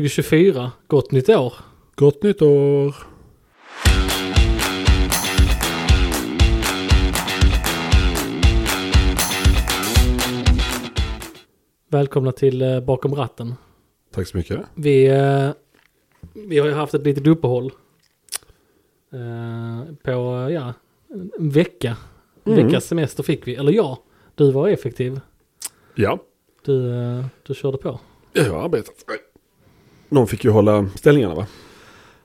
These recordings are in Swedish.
2024, gott nytt år. Gott nytt år! Välkomna till eh, Bakom ratten. Tack så mycket. Vi, eh, vi har ju haft ett litet uppehåll. Eh, på, eh, ja, en vecka. En Mm. veckas semester fick vi. Eller jag, du var effektiv. Ja, Du, eh, du körde på. jag har arbetat. Nej. Någon fick ju hålla ställningarna va?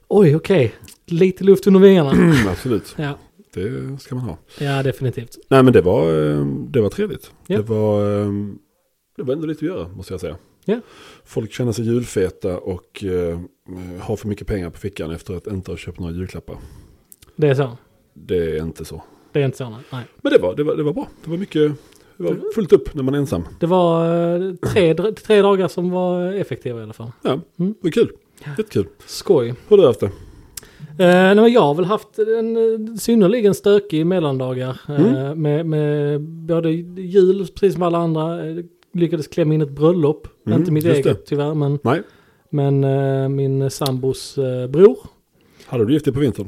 Oj, okej. Lite luft under vingarna. Mm, absolut, ja. det ska man ha. ja, definitivt. Nej men det var, eh, det var trevligt. Ja. Det, var, eh, det var ändå lite att göra måste jag säga. Ja. Folk känner sig julfeta och eh, har för mycket pengar på fickan efter att inte ha köpt några julklappar. Det är så. Det är inte så. Det är inte så. Nej. Men det var, det var, det var bra. Det var mycket, det var fullt upp när man är ensam. Det var eh, tre, tre dagar som var effektiva i alla fall. Ja, Mm. det var kul. Jättekul. Skoj. Hur har du haft det? Eh, nej, men jag har väl haft en eh, synnerligen stökig mellandagar. Eh, Mm. med, med både jul, precis som alla andra, eh, lyckades klämma in ett bröllop. Mm, Inte mitt just eget det. tyvärr, men, Nej, men eh, min sambos eh, bror. hade du gift dig på vintern?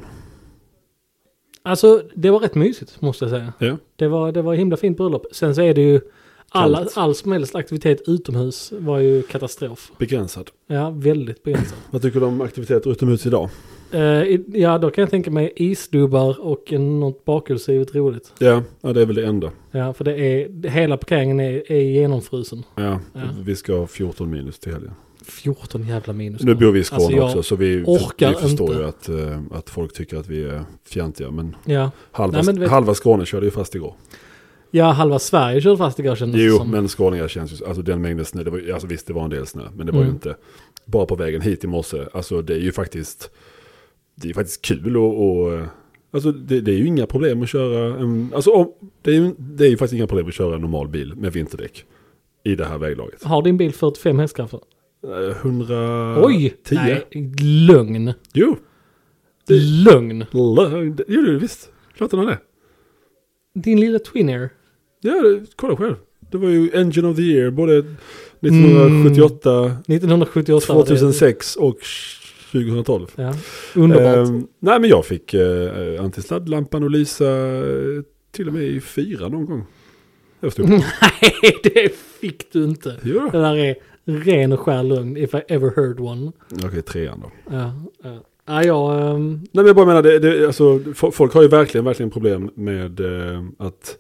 Alltså det var rätt mysigt måste jag säga. Ja. Det var, det var himla fint bröllop. Sen så är det ju alla, Kallt. all som helst aktivitet utomhus var ju katastrof. Begränsad. Ja, väldigt begränsat. Vad tycker du om aktiviteter utomhus idag? Eh, i- ja, då kan jag tänka mig isdubbar och en, något bakelse är ju roligt. Ja, ja, det är väl det enda. Ja, för det är, hela parkeringen är, är genomfrusen. Ja, Ja. Vi ska ha 14 minus till helgen. 14 jävla minus. Nu bor vi i Skåne Alltså, jag också så vi, orkar vi förstår inte. ju att, eh, att folk tycker att vi är fjantiga. Men Ja. halva, Nej, men du vet- halva Skåne körde ju fast igår. ja, halva Sverige körde fast igår kändes det Jo, som. men skåningar känns ju, alltså den mängden snö, det var, ju- alltså visst det var en del snö, men det var ju Mm. inte. Bara på vägen hit i morse, alltså det är ju faktiskt, det är ju faktiskt kul och, och alltså det, det är ju inga problem att köra en, alltså om, det, är ju, det är ju faktiskt inga problem att köra en normal bil med vinterdäck i det här väglaget. Har din bil 45 hästkrafter? Eh, 110? Oj! Nej, lögn. Jo, Lögn. jo det är det visst, klart den har det. Din lilla Twin Air. Ja, det- kolla själv. Det var ju Engine of the Year, både 1978, Mm. 1978. var det- 2006 och 2012. Ja, underbart. Ehm, nej men jag fick eh, antisladdlampan att lysa eh, till och med i fyra någon gång. Jag Mm. stod upp. Nej, det fick du inte. Jo. Det där är ren och skär lögn, if I ever heard one. Okej, trean då. Ja, ja. ja jag... ehm, Nej men jag bara menar, det, det, alltså, fo- folk har ju verkligen, verkligen problem med eh, att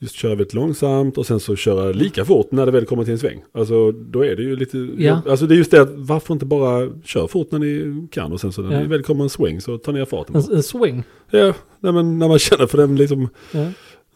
just köra väldigt långsamt och sen så köra lika fort när det väl kommer till en sväng. Alltså då är det ju lite, Ja. alltså det är just det att varför inte bara köra fort när ni kan och sen så när Ja. Alltså- det väl kommer en swing så ta ner farten. en, en swing. Ja, nej, men när man känner för den liksom, Ja.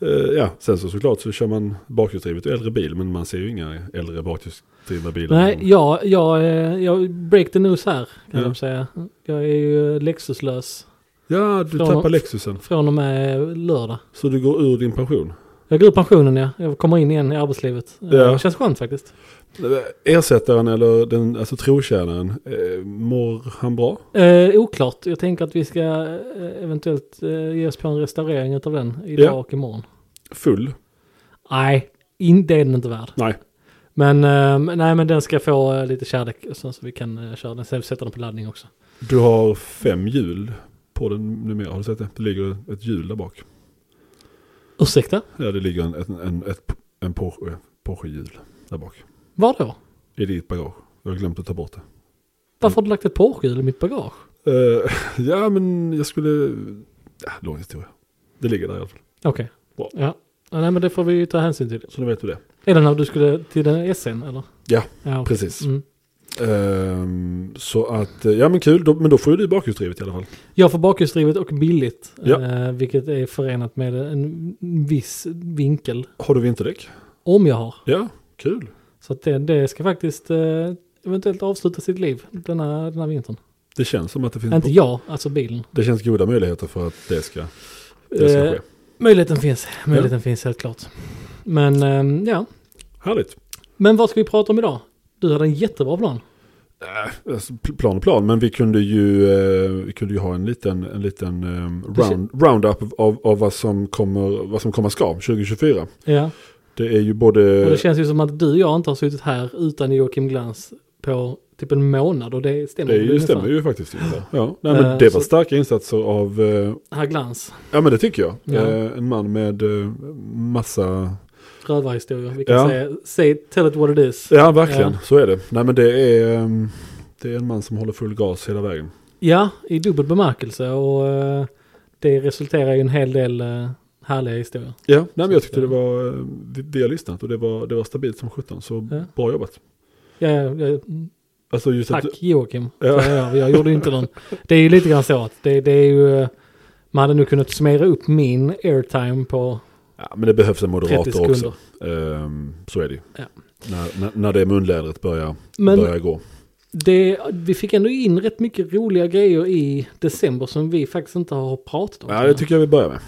Eh, ja, sen så såklart så kör man bakhjulsdrivet och äldre bil, men man ser ju inga äldre bakhjulsdrivna bilar. Nej, jag, jag, eh, jag break the news här kan Ja. jag säga. Jag är ju Lexuslös Ja, du Från- tappar Lexusen, från och med lördag. så du går ur din pension. Jag går ur pensionen ja. Jag kommer in igen i arbetslivet. Eh, Ja. Det känns skönt faktiskt. Ersättaren eller den, alltså trotjänaren, eh, mår han bra? Eh, oklart. Jag tänker att vi ska eh, eventuellt eh, ge oss på en restaurering utav den idag Ja. och imorgon. Full? Nej, in, det är den inte värd. Nej. Men, eh, nej, men den ska få eh, lite kärlek och sen så vi kan eh, köra den. Sen sätter den på laddning också. Du har fem hjul på den numera, har du sett det? Det ligger ett hjul där bak. Ursäkta? Ja, det ligger en, en, en, ett, en Porsche, Porsche-hjul där bak. Var då? I ditt bagage. Jag har glömt att ta bort det. Varför har du lagt ett porrhjul i mitt bagage? Eh, ja, men jag skulle... Ja, lång historia. Det ligger där i alla fall. Okej. Bra. Ja. ja. Nej men det får vi ju ta hänsyn till. Så då vet du det. Är det när du skulle till den SN eller? Ja, Ja, okej. precis. Mm. Ehm, så att, eh, ja men kul, då, men då får ju du bakhjulsdrivet i alla fall. Jag får bakhjulsdrivet och billigt. Ja. Eh, vilket är förenat med en viss vinkel. Har du vinterdäck? Om jag har. Ja, kul. Så att det, det ska faktiskt eh, eventuellt avsluta sitt liv denna, denna vintern. Det känns som att det finns, Inte jag, alltså bilen. det känns goda möjligheter för att det ska, det ska Eh, ske. möjligheten finns. Möjligheten finns helt klart. Men ehm, ja. Härligt. Men vad ska vi prata om idag? Du hade en jättebra plan. Äh, alltså, pl- plan och plan, men vi kunde ju, eh, vi kunde ju ha en liten, en liten ehm, Det kän- round, roundup av, av vad, som kommer, vad som komma ska 2024. Ja. Det är ju både... Eh, Och det känns ju som att du och jag inte har suttit här utan Joakim Glans på typ en månad och det stämmer Det, är ju, ungefär. stämmer ju faktiskt. Inte. Ja. Nej, men Eh, det var så- starka insatser av, eh, Här glans, ja men det tycker jag. Ja. Eh, En man med eh, massa, rövarhistorier. Vi kan Ja. säga, say, tell it what it is. ja verkligen, Ja. så är det. Nej men det är, ehm, det är en man som håller full gas hela vägen. Ja, i dubbel bemärkelse och eh, det resulterar i en hel del eh, härliga historier. Ja, nej, men jag tyckte det- det var, eh, vi, vi har lyssnat och det var, det var stabilt som sjutton, så Ja. bra jobbat. Ja, ja, ja, Alltså just tack att, Joakim. Ja. Ja. Jag, jag gjorde ju inte någon. Det är ju lite grann så att det, det är ju... eh, Man hade nu kunnat summera upp min airtime på ja, men det behövs en 30 moderator sekunder. också. Ehm, så är det ju. Ja. När, när, när det munlädret börjar, Men börjar gå. det, vi fick ändå in rätt mycket roliga grejer i december som vi faktiskt inte har pratat om. Ja, det tycker jag vi börjar med.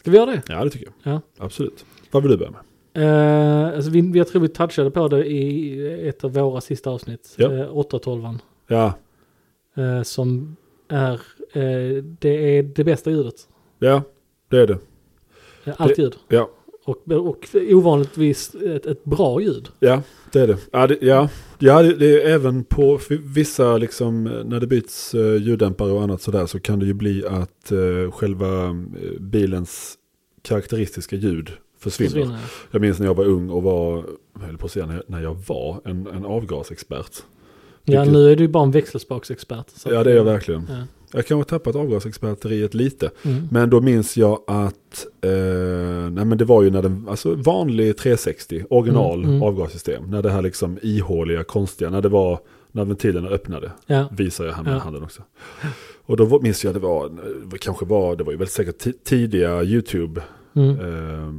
Ska vi göra det? Ja, det tycker jag. Ja. Absolut. Vad vill du börja med? Eh, alltså vi, jag tror vi touchade på det i ett av våra sista avsnitt. Ja. Eh, 812 Ja, eh, som är, eh, det är det bästa ljudet. ja det är det. Eh, Allt Det- ljud. Ja, Och, och ovanligtvis ett, ett bra ljud. ja det är det. Ja, det, ja. ja det, det är även på f- vissa, liksom, eh, när det byts eh, ljuddämpare och annat sådär så kan det ju bli att eh, själva eh, bilens karaktäristiska ljud försvinner. Försvinner. Jag minns när jag var ung och var, jag höll på att säga när jag- när jag var, en, en avgasexpert. Ja, Vilket- nu är du ju bara en växelspaksexpert. så att- Ja, det är jag verkligen. Ja. Jag kan ha tappat avgasexperteriet lite. Mm. Men då minns jag att eh, nej men det var ju när den, alltså vanlig 360, original Mm, mm. avgassystem. När det här liksom ihåliga, konstiga, när det var, när ventilerna öppnade. Ja. Visar jag här med Ja. handen också. Och då var- minns jag det var, eh, kanske var, det var ju väldigt säkert ti- tidiga YouTube-dagar. Mm. Ehm,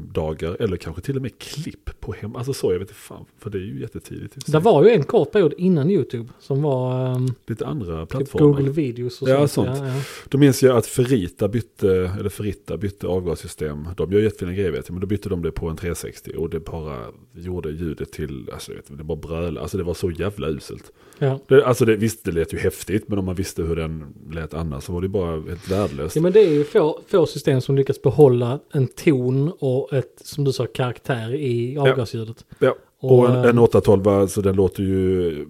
eller kanske till och med klipp på hem, alltså så jag vet inte fan, för det är ju jättetidigt. i och för Det sig. var ju en kort period innan YouTube som var ehm, Lite andra typ plattformar. Google videos och Ja, sånt. sånt. Ja, ja. Då minns jag att Ferrita bytte, eller Ferrita bytte avgassystem. De gör jättefina grejer vet jag, men då bytte de det på en 360 och det bara gjorde ljudet till, alltså jag vet inte, det bara bröla, alltså det var så jävla uselt. Ja. Det, alltså det, visst, det lät ju häftigt, men om man visste hur den lät annars så var det bara helt värdelöst. ja, men det är ju få, få system som lyckas behålla en ton och ett, som du sa, karaktär i avgasljudet. Ja. Och en, en 812, alltså den låter ju,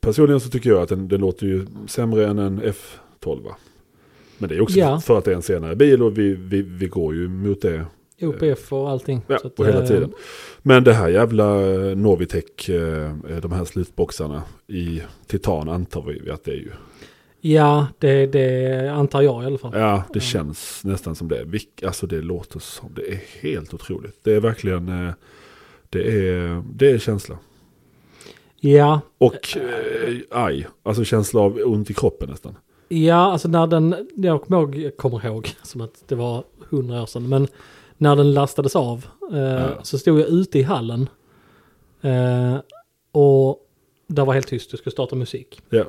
personligen så tycker jag att den, den låter ju sämre än en F12. Men det är också Ja. för att det är en senare bil och vi, vi, vi går ju mot det eh, OPF och allting. Ja, Så att, och hela eh, tiden. Men det här jävla eh, Novitec, eh, de här slutboxarna i titan antar vi att det är ju. Ja, det, det antar jag i alla fall. Ja, det Ja. känns nästan som det. Vilk- Alltså det låter som, det är helt otroligt. Det är verkligen, eh, det är, det är känsla. Ja, Och eh, aj, alltså känsla av ont i kroppen nästan. Ja, alltså när den, jag kommer ihåg, jag kommer ihåg som att det var hundra år sedan, men när den lastades av eh, Ja. så stod jag ute i hallen eh, och där var helt tyst, jag skulle starta musik. Ja,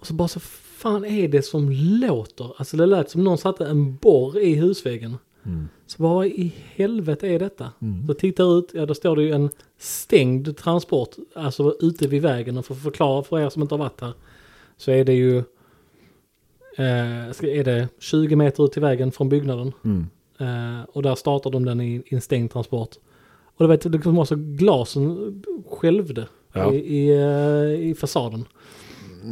Och så bara så fan är det som låter? Alltså det lät som någon satte en borr i husväggen. mm. Så vad i helvete är detta? Mm. Så tittar jag ut, ja då står det ju en stängd transport, alltså ute vid vägen. Och för att förklara för er som inte har varit här, så är det ju, eh, ska- är det 20 meter ut till vägen från byggnaden. Mm. Eh, och där startar de den i, i en stängd transport. Och det var liksom också glasen skälvde Ja. i, i, eh, i fasaden.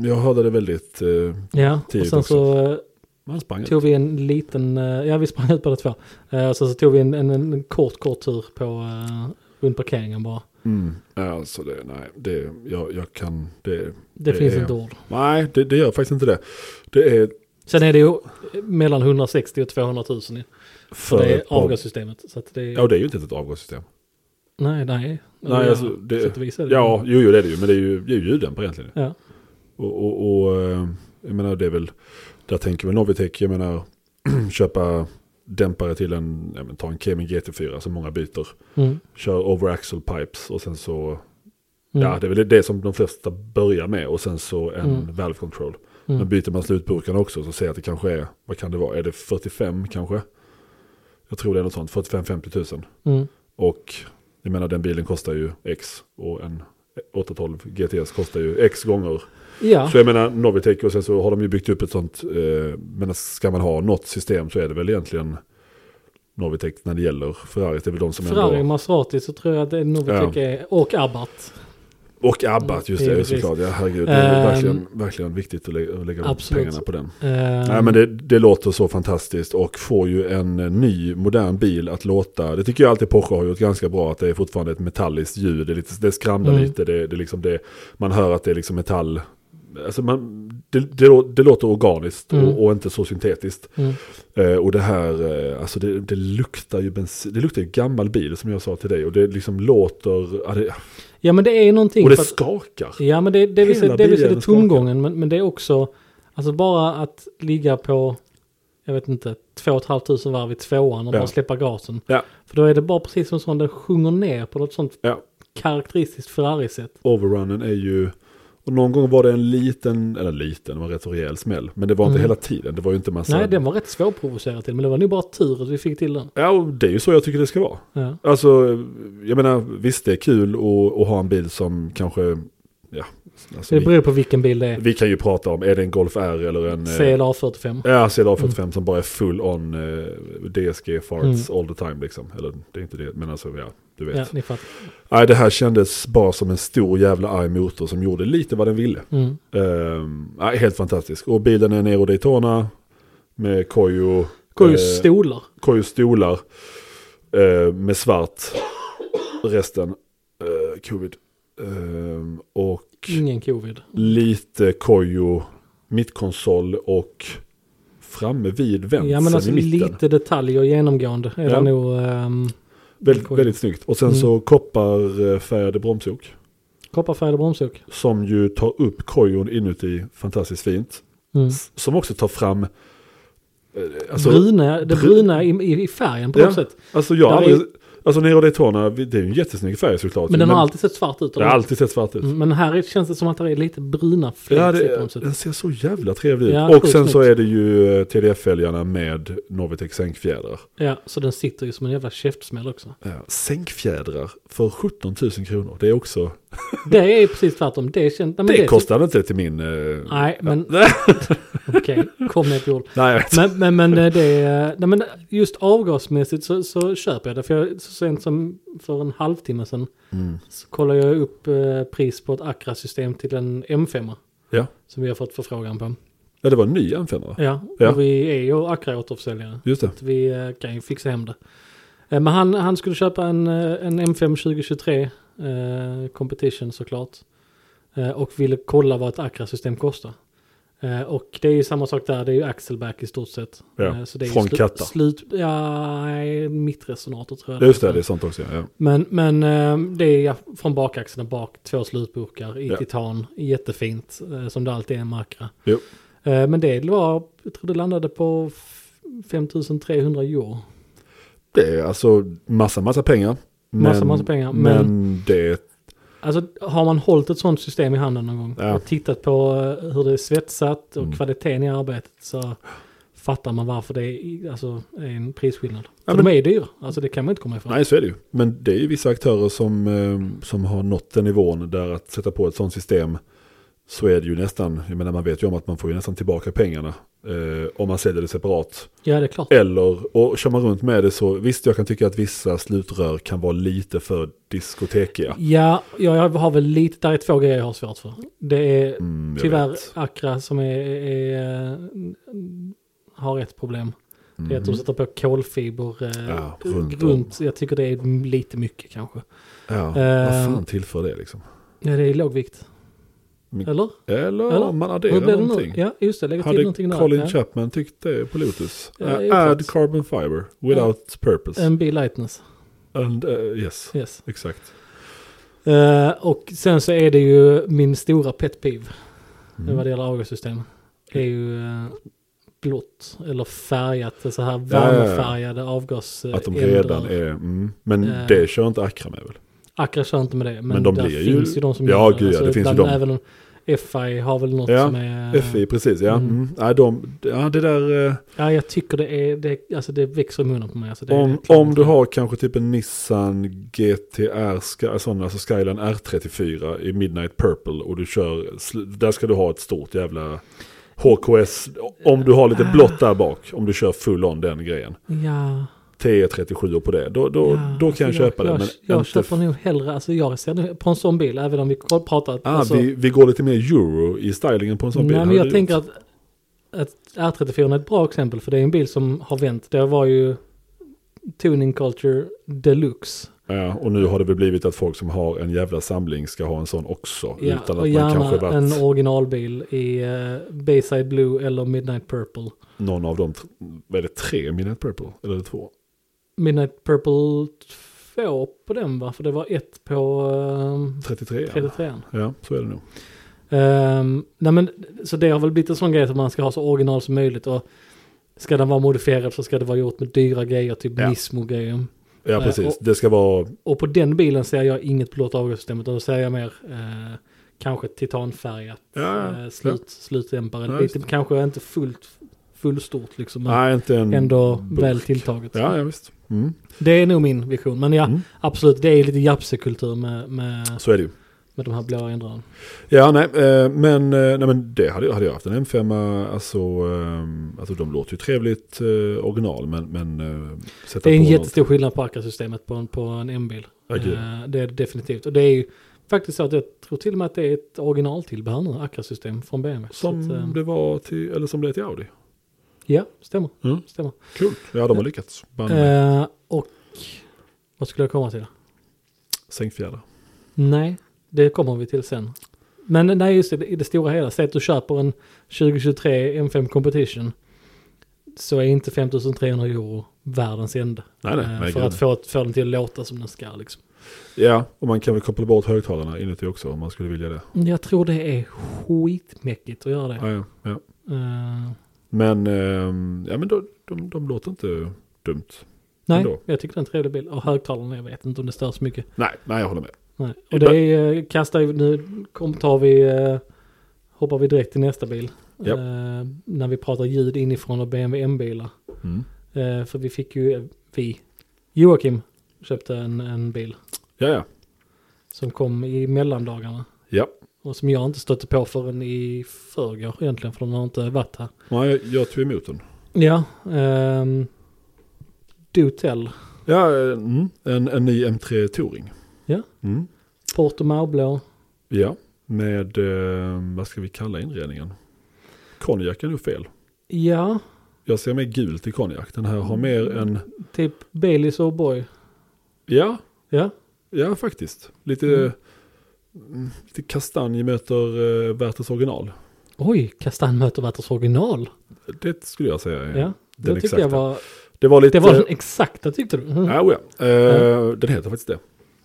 jag hörde det väldigt, eh, Ja, och Tidigt sen också. så eh, man sprang ut. tog vi en liten, eh, ja vi sprang ut båda två. Eh, och sen så tog vi en, en, en kort, kort tur på eh, runt parkeringen bara. Mm. Ja, Alltså det, nej, det, jag, jag kan, det, Det, Det finns är- inte ord. nej, det, det gör faktiskt inte det. Det är Sen är det ju mellan 160 och 200 000 ju. för För det är ett par- avgassystemet. Så att det är, Ja, och det är ju inte ett avgassystem. Nej, nej. Nej, Ja, alltså, det- på sätt och vis är det- Ja, jo, jo det är det ju, men det är ju, det är ju ljuddämpare egentligen. Ja. Och, och, och eh, jag menar det är väl, där tänker väl Novitec, jag menar köpa dämpare till en, ja, men ta en Cayman GT4 som många byter. Mm. Mm. Kör overaxel pipes och sen så, ja det är väl det som de flesta börjar med och sen så en Mm. valve control. mm. Men byter man slutburkarna också så ser jag att det kanske är, vad kan det vara, är det 45 kanske? Jag tror det är något sånt, 45-50 tusen. Mm. Och jag menar den bilen kostar ju X och en 812 GTS kostar ju X gånger. Ja, Så jag menar Novitec och sen så har de ju byggt upp ett sånt. Eh, men ska man ha något system så är det väl egentligen Novitec när det gäller Ferrari. Det är väl de som Ferrari, ändå... Maserati så tror jag att det är Novitec Ja. är, och Abarth. Och ABBA, just det, Givetvis. såklart. Ja, herregud. Det är Ehm, verkligen, verkligen viktigt att lägga, att lägga absolut. pengarna på den. Eh, Nej men det, det låter så fantastiskt och får ju en eh, ny modern bil att låta. Det tycker jag alltid Porsche har gjort ganska bra, att det är fortfarande ett metalliskt ljud. Det, är lite, det skramlar Mm. lite, det, det, är liksom det, man hör att det är liksom metall. Alltså man, det, det, lå- det låter organiskt Mm. och, och inte så syntetiskt. mm, Eh, och det här, eh, alltså det, det luktar ju bensin, det luktar ju gammal bil som jag sa till dig. Och det liksom låter, ja, det, ja men det är någonting. och det för att- skakar. Ja, men det, det, vill säga, Hela det vill säga det bilen är tomgången, men, men det är också, alltså bara att ligga på, jag vet inte, två och ett halvt tusen varv i tvåan och Ja. bara släppa gasen. Ja, För då är det bara precis som sån, den sjunger ner på något sånt ja. karaktäristiskt Ferrari-sätt. overrunnen är ju... Och någon gång var det en liten, eller liten, det var en rätt så rejäl smäll. Men det var inte Mm. hela tiden, det var ju inte massa... Nej, den var rätt svårprovocerad till, men det var nog bara tur att vi fick till den. Ja, och det är ju så jag tycker det ska vara. Ja. Alltså, jag menar, visst det är kul att, att ha en bil som kanske... Ja, alltså, Det vi, beror på vilken bil det är. vi kan ju prata om, är det en Golf R eller en... eh, CLA 45. Ja, CLA 45 Mm. som bara är full on eh, DSG farts all the time liksom. Eller det är inte det, men alltså ja, du vet. Ja, ni fattar. Nej, det här kändes bara som en stor jävla arg motor som gjorde lite vad den ville. Mm. Ehm, ja, helt fantastisk. Och bilen är Nero Daytona med Koyo... Går ju eh, stolar. Koyo stolar. eh, med svart. Resten. eh, covid. Ehm, och Ingen covid. lite Koyo mittkonsol och framme vid vänstern Ja, men alltså i mitten. lite detaljer genomgående är Ja. det nog. ehm, Väldigt, Koyo. väldigt snyggt. Och sen Mm. så kopparfärgade bromsok. Kopparfärgade bromsok. Som ju tar upp kojon inuti fantastiskt fint. Mm. S- Som också tar fram... eh, bruna, det bru- bruna i, i, i färgen på Alltså, Ja, något sätt. Alltså jag har Ja, aldrig, alltså Nero Daytona, vi- det är ju en jättesnygg färg såklart. Men den har alltid sett svart ut. det har alltid sett svart ut. Mm, Men här är- känns det som att det är lite bruna Ja, fläckar det, på något sätt. den ser så jävla trevlig ut. Ja, och sjukt sen så snyggt. är det ju eh, TDF-fälgarna med Novitec sänkfjädrar. Ja, så den sitter ju som en jävla käftsmäll också. Ja, Sänkfjädrar för 17 000 kronor. Det är också... Det är precis tvärtom. Mm, Det, känns, nej, men Det är- typ- kostade inte till min... eh, Nej, men Nej, okej. Kom med ett ord. jag vet. Men, men, men eh, det, nej, men just avgasmässigt så, så köper jag det. För jag, så sent som för en halvtimme sedan Mm. så kollade jag upp eh, pris på ett Acra-system till en M5 Ja. som vi har fått förfrågan på. ja, det var en ny M5. Ja, Ja. och vi är ju Acra-återförsäljare. Just det. att vi eh, kan ju fixa hem det. Eh, Men han, han skulle köpa en, eh, en M5 2023 eh, competition såklart. Eh, och ville kolla vad ett Acra-system kostar. Eh, och det är ju samma sak där, det är ju axelback i stort sett. Ja, Eh, så det är ju från slu- Katta. Slut, ja, nej, mittresonator tror jag. Just det, det heter. är sånt också. Ja. Men, men eh, det är ja, från bakaxeln och bak, två slutburkar i Ja. titan, jättefint, eh, som det alltid är med Acra. Jo. Eh, men det var, jag tror det landade på f- 5300 euro. Det är alltså massa, massa pengar. Massa, massa pengar, Men, men- men det... Alltså har man hållit ett sånt system i handen någon gång Ja. och tittat på eh, hur det är svetsat och Mm. kvaliteten i arbetet så fattar man varför det är, i- alltså, är en prisskillnad. Ja, För men- De är ju dyra, alltså det kan man inte komma ifrån. Nej, så är det ju. Men det är ju vissa aktörer som, eh, som har nått den nivån där att sätta på ett sånt system så är det ju nästan, jag menar man vet ju om att man får ju nästan tillbaka pengarna eh, om man säljer det separat. Ja, det är klart. Eller, och kör man runt med det så visst jag kan tycka att vissa slutrör kan vara lite för diskotekiga. Ja, jag jag har väl lite, där är två grejer jag har svårt för. Det är Mm, jag tyvärr vet. Accra som är, är, eh, har ett problem. Det är att de Mhm. sätter på kolfiber eh, Ja, runt runt, om. Jag tycker det är lite mycket kanske. Ja, vad Ehm. fan tillför det liksom? Ja, det är lågvikt. Men- Eller? Eller, Eller? om man Hur adderar blev det nu? någonting. Ja, just det. Lägga till Hade någonting där. Colin ja. Chapman tyckt det på Lotus? Ja, Eh, det är ju add klart. carbon fiber without purpose. En be lightness. And, eh, yes, Yes. exakt. Eh, och sen så är det ju min stora pet peeve Mm. vad det gäller avgassystem. Det är ju eh, blått eller färgat. Det är så här ja, ja. varmfärgade avgas. eh, Att de ändar. redan är, mm, men Eh. det kör inte Acra med väl? Accra kör inte med det. Men, Men de där blir ju- finns ju de som Ja, gör Alltså, gud, ja, det finns ju ibland de. Även FI har väl något Ja, som är... FI, precis ja. Mm. Mm. Nej, de, ja det där, eh, Ja, jag tycker det är... Det, alltså det växer i munnen på mig. Alltså det är om, klart. om du har kanske typ en Nissan GTR, Sky- sån, alltså Skyline R34 i Midnight Purple och du kör, sl- där ska du ha ett stort jävla Ah. HKS, om du har lite blått där bak, om du kör full on den grejen. Ja, T37 på det, då, då, Ja, då kan jag alltså köpa det. jag, Men jag inte köper nog hellre, alltså jag ser nu på en sån bil, även om vi k- pratar... Ah, alltså, vi, vi går lite mer euro i stylingen på en sån bil. nej, men hade jag du tänker gjort. att, att R34 är ett bra exempel, för det är en bil som har vänt. Det var ju Tuning Culture Deluxe. Ja, och nu har det väl blivit att folk som har en jävla samling ska ha en sån också. Ja, utan att och man kanske gärna varit en originalbil i eh, Bayside Blue eller Midnight Purple. någon av de, t- vad är det, tre Midnight Purple? Eller är det två? Midnight Purple 2 på den va? För det var ett på 33? eh, 33 Ja, så är det nog. Ehm, nej men, så det har väl blivit en sån grej att man ska ha så original som möjligt. Och ska den vara modifierad så ska det vara gjort med dyra grejer, typ Ja. Nismo-grejer. Ja, Eh, precis. och- Det ska vara, Och på den bilen ser jag inget blått avgassystem, utan då ser jag mer eh, kanske titanfärgat Ja, eh, slut, slutdämpare. Ja, Lite, just kanske inte fullt, fullstort liksom, men nej inte en... ändå burk. väl tilltaget. Ja, ja visst. Mm. Det är nog min vision, men ja, Mm. absolut, det är lite japsekultur med, med, Så är det ju. med de här blåa ändrarna. Ja, nej, eh, men, eh, nej, men det hade jag, hade jag haft en M5, eh, alltså, eh, alltså de låter ju trevligt eh, original, men, men eh, sätta Det är en på något- jättestor skillnad på arkasystemet på en, på en M-bil. Ja, gud. Eh, Det är det definitivt. Och det är ju faktiskt så att jag tror till och med att det är ett originaltillbehör nu, Acca-system från BMW. Som så att, eh, det var till, eller som det är till Audi. Ja, stämmer. Mm. stämmer. Kul. Ja, de har lyckats. Banne mig. Eh, och vad skulle jag komma till? Sänkt fjädrar. Nej, det kommer vi till sen. Men nej, just det, i det stora hela, säg att du köper en 2023 M5 Competition. Så är inte 5300 euro världens ände. Nej, nej, Eh, nej, för gud, att få, få den till att låta som den ska. Liksom. Ja, och man kan väl koppla bort högtalarna inuti också om man skulle vilja det. Jag tror det är skitmäckigt att göra det. Ja, ja, ja. Eh, Men, ehm, ja, men de, de, de låter inte dumt. nej, Ändå. jag tycker det är en trevlig bil. Och högtalarna, jag vet inte om det stör så mycket. Nej, nej, jag håller med. Nej. Och det är, eh, kastar ju, nu kom, tar vi, eh, hoppar vi direkt till nästa bil. Ja. Eh, när vi pratar ljud inifrån och BMW M-bilar. Mm. Eh, för vi fick ju, eh, vi, Joakim köpte en, en bil Ja, ja. som kom i mellandagarna. ja. Och som jag inte stötte på förrän i förrgår egentligen, för de har inte varit här. Nej, jag, jag tog emot den. Ja, ehm, do tell. Ja, eh, mm. en, en ny M3 Touring. Ja. Mm. Portomaoblå. Ja, med, eh, vad ska vi kalla inredningen? Konjak är nog fel. Ja, Jag ser mer gult i konjak. Den här har mer en, typ Baileys O'boy. ja, Ja, Ja, faktiskt. Lite, Mm. mm, lite kastanj möter uh, Werthers original. oj, kastanj möter Watters original. Det skulle jag säga. är Ja, den det tyckte jag exakta. var, Det var lite... det var den exakta tyckte du. Mm. Ja, oh ja. Eh, Den heter faktiskt det.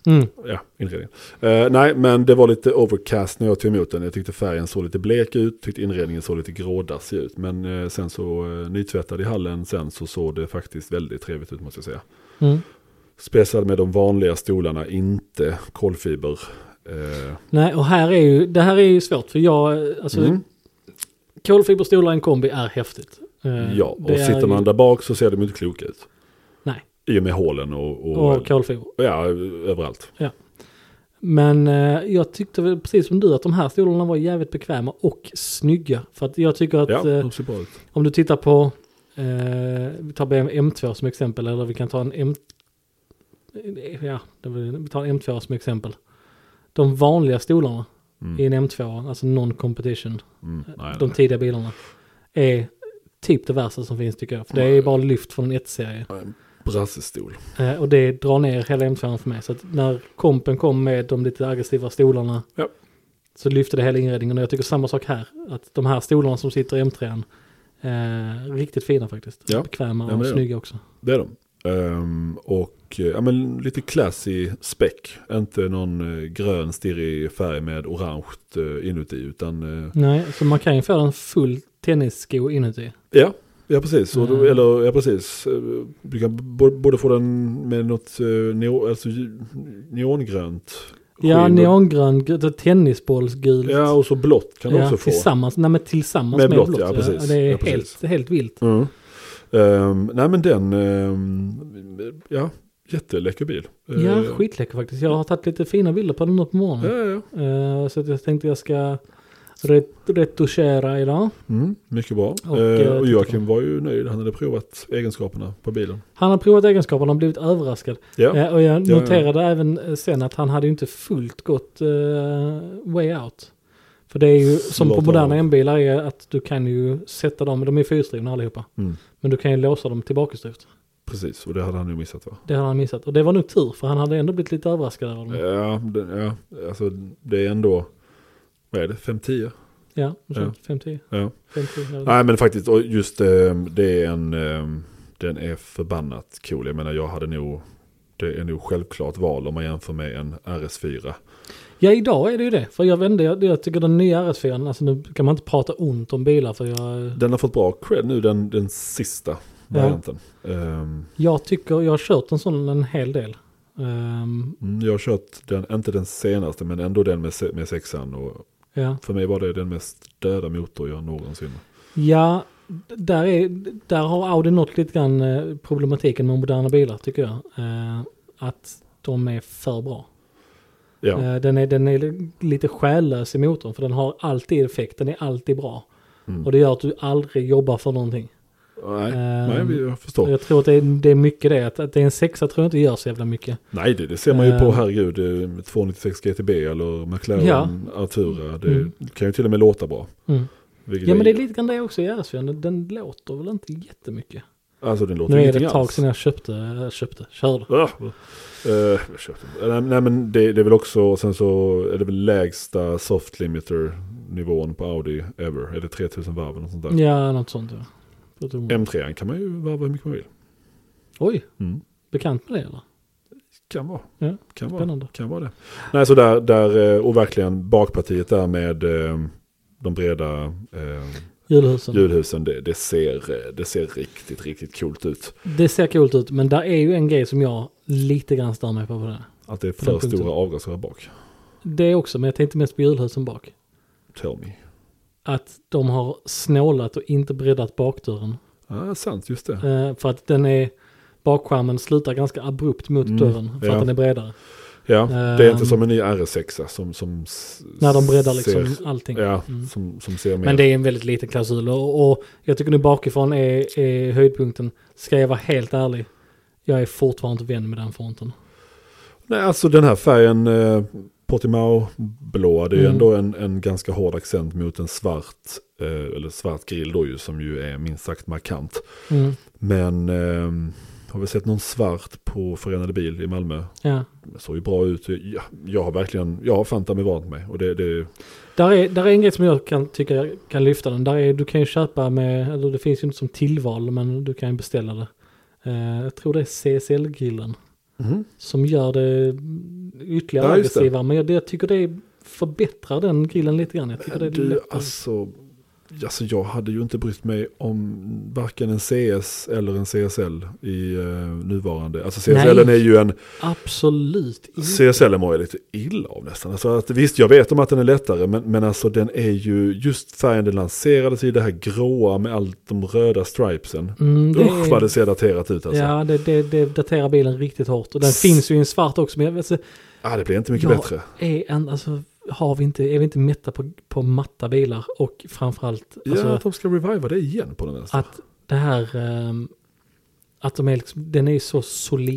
Mm. Ja, inredningen. Eh, nej, men det var lite overcast när jag tog emot den. Jag tyckte färgen såg lite blek ut, tyckte inredningen såg lite grådassig ut. Men eh, sen så uh, nytvättad i hallen sen så såg det faktiskt väldigt trevligt ut måste jag säga. Mm. Spesad med de vanliga stolarna, inte kolfiber. Eh, Nej, och här är ju, det här är ju svårt för jag, eh, alltså mm. kolfiberstolar i en kombi är häftigt. Eh, Ja, och det är sitter man ju- där bak så ser de inte kloka ut. Nej, I och med hålen och, och, och kolfiber. ja, överallt. Men eh, jag tyckte väl precis som du att de här stolarna var jävligt bekväma och snygga. För att jag tycker att ja, eh, de ser bra ut. Om du tittar på, eh, vi tar BMW M2 som exempel, eller vi kan ta en M... Ja, det var- vi tar en M2 som exempel. De vanliga stolarna Mm. i en M2, alltså non-competition, Mm, nej, de nej. tidiga bilarna, är typ det värsta som finns tycker jag. För det är bara lyft från en 1-serie. Brassestol. Eh, och det drar ner hela M2 för mig. Så att när kompen kom med de lite aggressiva stolarna Ja. så lyfte det hela inredningen. Och jag tycker samma sak här. Att de här stolarna som sitter i M3, eh, riktigt fina faktiskt. Ja. Bekväma Ja, men och det är de. snygga också. Det är de. Ehm, och eh, ja, men lite classy späck. Inte någon eh, grön stirrig färg med orange eh, inuti. Utan, eh, Nej, så man kan ju få en full tennissko inuti. ja, ja, precis. Och, då- Mm. Eller ja, precis. Eh, Du kan b- både få den med något eh, neo, alltså, ju- neongrönt. Ja, skinn. neongrön, gr- tennisbollsgult. Ja, och så blått kan du Ja, också få. tillsammans, nej, men tillsammans Med med, blått, blått. ja, precis. Det är Ja, precis. helt, helt vilt. Mm. Ehm, nej men den, ehm, ja, jätteläcker bil. Ja, Eh, skitläcker faktiskt. Jag har tagit lite fina bilder på den nu på morgonen. Ja, ja, ja. Eh, så att jag tänkte jag ska... Ret- Retuschera idag. Mm, mycket bra. Och, eh, eh, och titta. Joakim var ju nöjd. Han hade provat egenskaperna på bilen. Han har provat egenskaperna och blivit överraskad. Ja, Eh, och jag Ja, ja. noterade även eh, sen att han hade ju inte fullt gått eh, way out. För det är ju som på Låt moderna honom. M-bilar är att du kan ju sätta dem, de är fyrhjulsdrivna allihopa. Mm. Men du kan ju låsa dem tillbakastyvt. precis. Och det hade han ju missat va? Det hade han missat. Och det var nog tur för han hade ändå blivit lite överraskad över dem. Ja, det, ja, alltså det är ändå, vad är det, 5-10? Ja, ja. Ja. 50. Ja. 50 eller- Nej men faktiskt, och just eh, det är en, eh, den är förbannat cool. Jag menar jag hade nog, det är nog självklart val om man jämför med en RS4. Ja, idag är det ju det. För jag vände, jag, jag tycker den nya RS4, alltså nu kan man inte prata ont om bilar för jag, Den har fått bra cred nu, den, den sista varianten. Ehm, jag tycker, jag har kört en sån en hel del. Ehm, mm, jag har kört den, inte den senaste men ändå den med, se- med sexan och ja. för mig var det den mest döda motor jag någonsin. Ja, d- där, är, där har Audi nått lite grann eh, problematiken med moderna bilar tycker jag. Eh, att de är för bra. Ja, Eh, den, är, den är li- lite själlös i motorn för den har alltid effekt, den är alltid bra. Mm. Och det gör att du aldrig jobbar för någonting. nej, ehm, nej vi- jag förstår. Och Jag tror att det är, det är mycket det, att, att det är en sexa tror jag inte gör så jävla mycket. Nej, det, det ser man ju på, Ehm. herregud, eh, 296 GTB eller McLaren Ja. Artura. Det Mm. kan ju till och med låta bra. Mm. vilket Ja men det är gillar. lite grann det också i RS4, den, den låter väl inte jättemycket. Alltså den låter Nu ju är det ingenting ett tag alls. sedan jag köpte, äh, köpte, körde. Ah, eh, jag köpte den. nej, nej men det, det är väl också, sen så är det väl lägsta soft limiter nivån på Audi ever. Är det 3000 varv eller något sånt där? Ja, något sånt ja. På tom- M3 an kan man ju varva hur mycket man vill. Oj, Mm. bekant med det eller? Kan vara. Ja, Kan vara. Spännande. kan vara det. Nej så där, där eh, och verkligen bakpartiet där med eh, de breda eh, Julhusen. Ljudhusen, det, det, ser, eh, det ser riktigt, riktigt coolt ut. Det ser coolt ut, men där är ju en grej som jag lite grann stör mig på. på det. Att det är den för punkten. stora avgasrör bak. det också, men jag tänkte mest på julhusen bak. Tell me. Att de har snålat och inte breddat bakdörren. Ja, sant, just det. Eh, för att den är, bakskärmen slutar ganska abrupt mot Mm, dörren för ja. att den är bredare. Ja, det är inte Ehm. som en ny RS6 som, som s- När de breddar liksom ser, allting. Ja, Mm. som, som ser mer. Men det är en väldigt liten klausul och, och jag tycker nu bakifrån är, är höjdpunkten. Ska jag vara helt ärlig, jag är fortfarande inte vän med den fronten. Nej, alltså den här färgen, eh, Portimao-blåa, det är ju Mm. ändå en, en ganska hård accent mot en svart, eh, eller svart grill då ju, som ju är minst sagt markant. Mm, Men eh, har vi sett någon svart på Förenade Bil i Malmö? ja. Det såg ju bra ut. Jag, jag har verkligen, jag har Fanta mig vant med. Och det, det, Där är, där är en grej som jag kan tycka jag kan lyfta den. Där är, du kan ju köpa med, eller det finns ju inte som tillval, men du kan ju beställa det. Eh, jag tror det är CSL-grillen som gör det mm, ytterligare Ja, just det. aggressivare. Men jag, det, jag tycker det förbättrar den grillen lite grann. Jag tycker det är du, lättare. alltså, alltså, jag hade ju inte brytt mig om varken en CS eller en CSL i eh, nuvarande. Alltså CSL Nej. Mm. är ju en, Absolut alltså, inte. CSL mår jag lite illa av nästan. Alltså att, visst, jag vet om att den är lättare, men, men alltså den är ju just färgen den lanserades i, det här gråa med allt de röda stripesen. Mm, det, Usch vad det är- ser daterat ut alltså. ja, det, det, det daterar bilen riktigt hårt. Och den S- finns ju i en svart också. Men jag, alltså, Ah, det blir inte mycket Ja. bättre. är, en, alltså, har vi inte, är vi inte mätta på, på matta bilar? Och framförallt, Ja, alltså, att de ska reviva det igen på den vänster. att det här, ehm, att de är liksom, den är ju så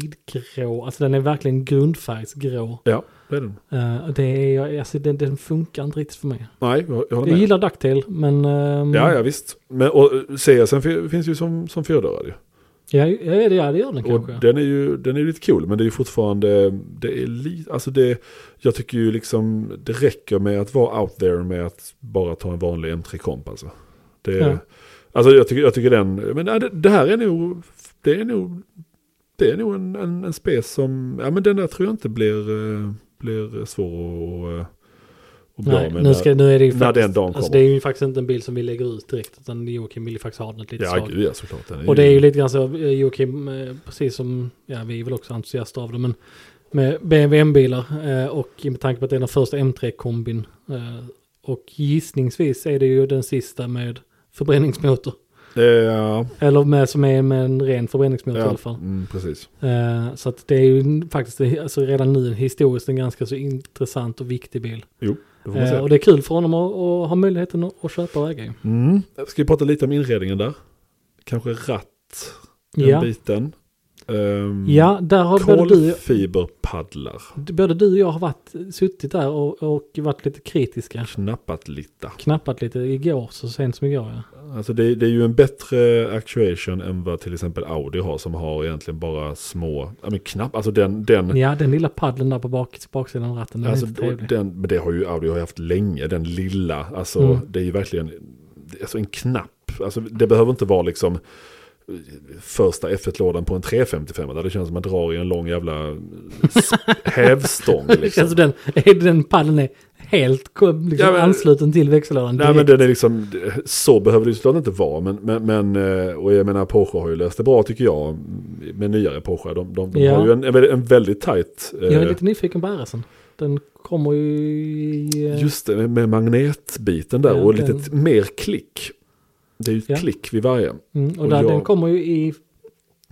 solidgrå, alltså den är verkligen grundfärgsgrå. Ja, det är den. Eh, och det är, jag- alltså den, den funkar inte riktigt för mig. Nej, jag, jag Jag håller med. gillar Ducktail, men... ehm, Ja, ja visst. Men, och eh, CSN fi- finns ju som, som fyrdörrad ju. ja. Ja, det, ja, det gör den Och kanske. den är ju, den är ju lite cool, men det är ju fortfarande, det är lite, alltså det, jag tycker ju liksom, det räcker med att vara out there med att bara ta en vanlig M3-komp alltså. Det, Ja. Alltså jag tycker, jag tycker den, men nej, det, det här är nog, det är nog, det är nog en, en, en spec som, ja men den där tror jag inte blir, eh, blir svår att, eh, att bli Nej, av med. nu, ska, nu är det ju när faktiskt, den dagen alltså, det kommer. är ju faktiskt inte en bil som vi lägger ut direkt, utan Joakim vill ju faktiskt ha den ett litet Ja, slag. gud ja såklart. Den Och det är ju lite grann så, eh, Joakim, eh, precis som, ja vi är väl också entusiaster av det, men med BMW M-bilar eh, och med tanke på att det är den första M3-kombin. eh, Och gissningsvis är det ju den sista med förbränningsmotor. Ja, Eller med, som är med en ren förbränningsmotor i alla ja fall. mm, precis. Eh, Så att det är ju faktiskt eh, alltså redan nu historiskt en ganska så intressant och viktig bil. Jo, Det får man Eh, säga. och det är kul för honom att, att ha möjligheten att, att köpa och äga. ju. Mm. Ska vi prata lite om inredningen där? Kanske ratt, den Ja. biten. Ehm, ja, där har både du, kolfiberpaddlar. både du och jag har varit, suttit där och, och varit lite kritiska. Knappat lite. Knappat lite igår, så sent som igår. Ja. Alltså det, det är ju en bättre actuation än vad till exempel Audi har som har egentligen bara små, ja men knapp, alltså den, den, Ja, den lilla paddeln där på bak, baksidan av ratten. Den alltså är inte trevlig. den, men det har ju Audi har haft länge, den lilla, alltså Mm. det är ju verkligen, alltså en knapp, alltså det behöver inte vara liksom första F1-lådan på en 355, där det känns som man drar i en lång jävla s- hävstång Det liksom. känns som Alltså, den, är den paddeln är helt kom- liksom, Ja, men- ansluten till växellådan. Nej men direkt. den är liksom, så behöver det ju såklart inte vara. Men, men, men, eh, och jag menar Porsche har ju löst det bra tycker jag. Med nyare Porsche. De, de, de Ja. har ju en, en väldigt- en väldigt tajt. eh, Jag är lite nyfiken på RSen. Den kommer ju i... eh, Just det, med- med magnetbiten där Ja, och den- lite t- mer klick. Det är ju ett Ja. klick vid varje. mm, och och där, jag- den kommer ju i